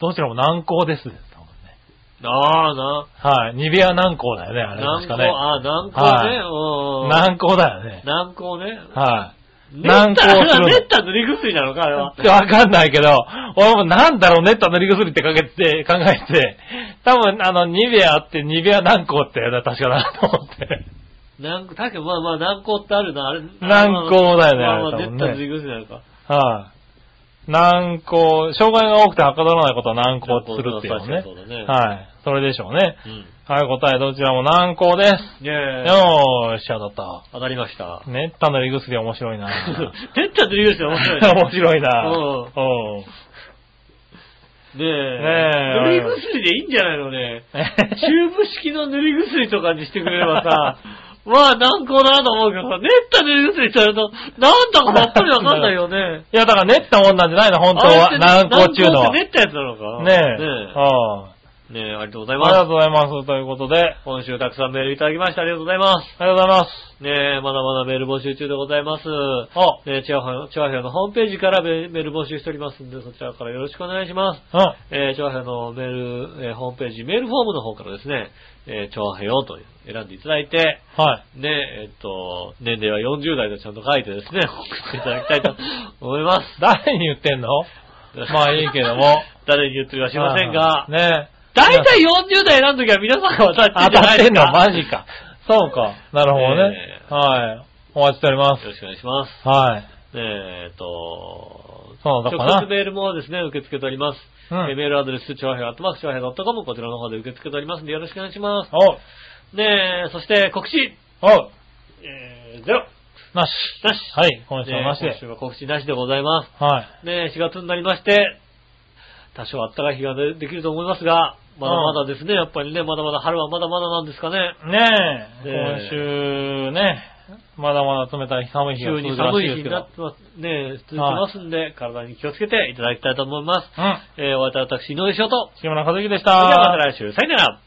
どちらも難航です。多分ねあーな、はい。ニベア難航だよね、あれ南確高、かね。あー、南高ね、難航だようねん。。南高ね。はい。練軟った膏するの練った塗り薬なのか、あれは。ってわかんないけど、俺もなんだろうね、塗り薬ってかけて、考えて、多分あの、ニベアって、ニベア軟膏ってやだ、確かなと思って。南高、たけまあまあ、南高ってあるな、あれ。軟膏だよねまあまあ、あれ多練分っねた塗り薬なのか。はい、軟膏、障害が多くてはかどらないことは軟膏とするっていうのね。そうだね。はい。それでしょうね。うん。はい、答えどちらも軟膏です。ね え、よーし、当たっ当たりましたた。。ねった塗り薬面白いな練った塗り薬 面白いね。 面白いなうんうん。ねえ。ねえ塗り薬でいいんじゃないのね。チえューブ式の塗り薬とかにしてくれればさ、 まあ難航だなと思うけどさ、練った塗り薬ってやると、なんだかばっかりわかんないよね。いや、だから練ったもんなんじゃないの、本当は。軟膏中のは。練ねったやつなのかえ。うんえ。ねえ、ありがとうございありがとまうございます。ということで、ありす。今週たくさんメールいただきましてありがとうございます。がとうございます。ねえ、まだまだメール募集中でございます。あねえ、チワヒョチワヒョのホームページからメメール募集しておりますんで、そちらからよろしくお願いします。うん。えー、チョアヘヨのメール、えーホームページ、メールフォームの方からですね、えー、チョアヘヨという選んでいただいて、はい。ね、えっと、年齢は40代とちゃんと書いてですね、 送っていただきたいと思います。誰に言ってんのまあいいけども。 誰に言ってるか知りませんが、ねだいたい40代の時は皆さんが当た当ってんじゃたなっいでてすんのか。マジか。そうか。なるほどねね。はい。お待ちしておりまよろしくお願いします。す。はい。ねえ、えっと、そうだったかな直接メールもですね、受け付けております。うんえーメールアドレス、チョアヘヨアットマークチョアヘヨ .com、こちらの方で受け付けておりますんで、よろしくお願いします。おう。ねえ、そして告知おう。えー、ゼロ。なし。なし。はい。今週はねなし今週で。は告知なしでございまはい。す。ね4月になりまして、多少あったかい日がでできると思いますが、まだまだですね、やっぱりね、まだまだ春はまだまだなんですかね。ねえ。ねえ今週ね、まだまだ冷たい寒い日が急続にくらし寒いいで日すにけなどっ。てます、ね続きますんで、体に気をつけていただきたいと思います。うん。えー、お会いいたい私、井上翔と、木村和之でしそれでたは。また来週、さよなら。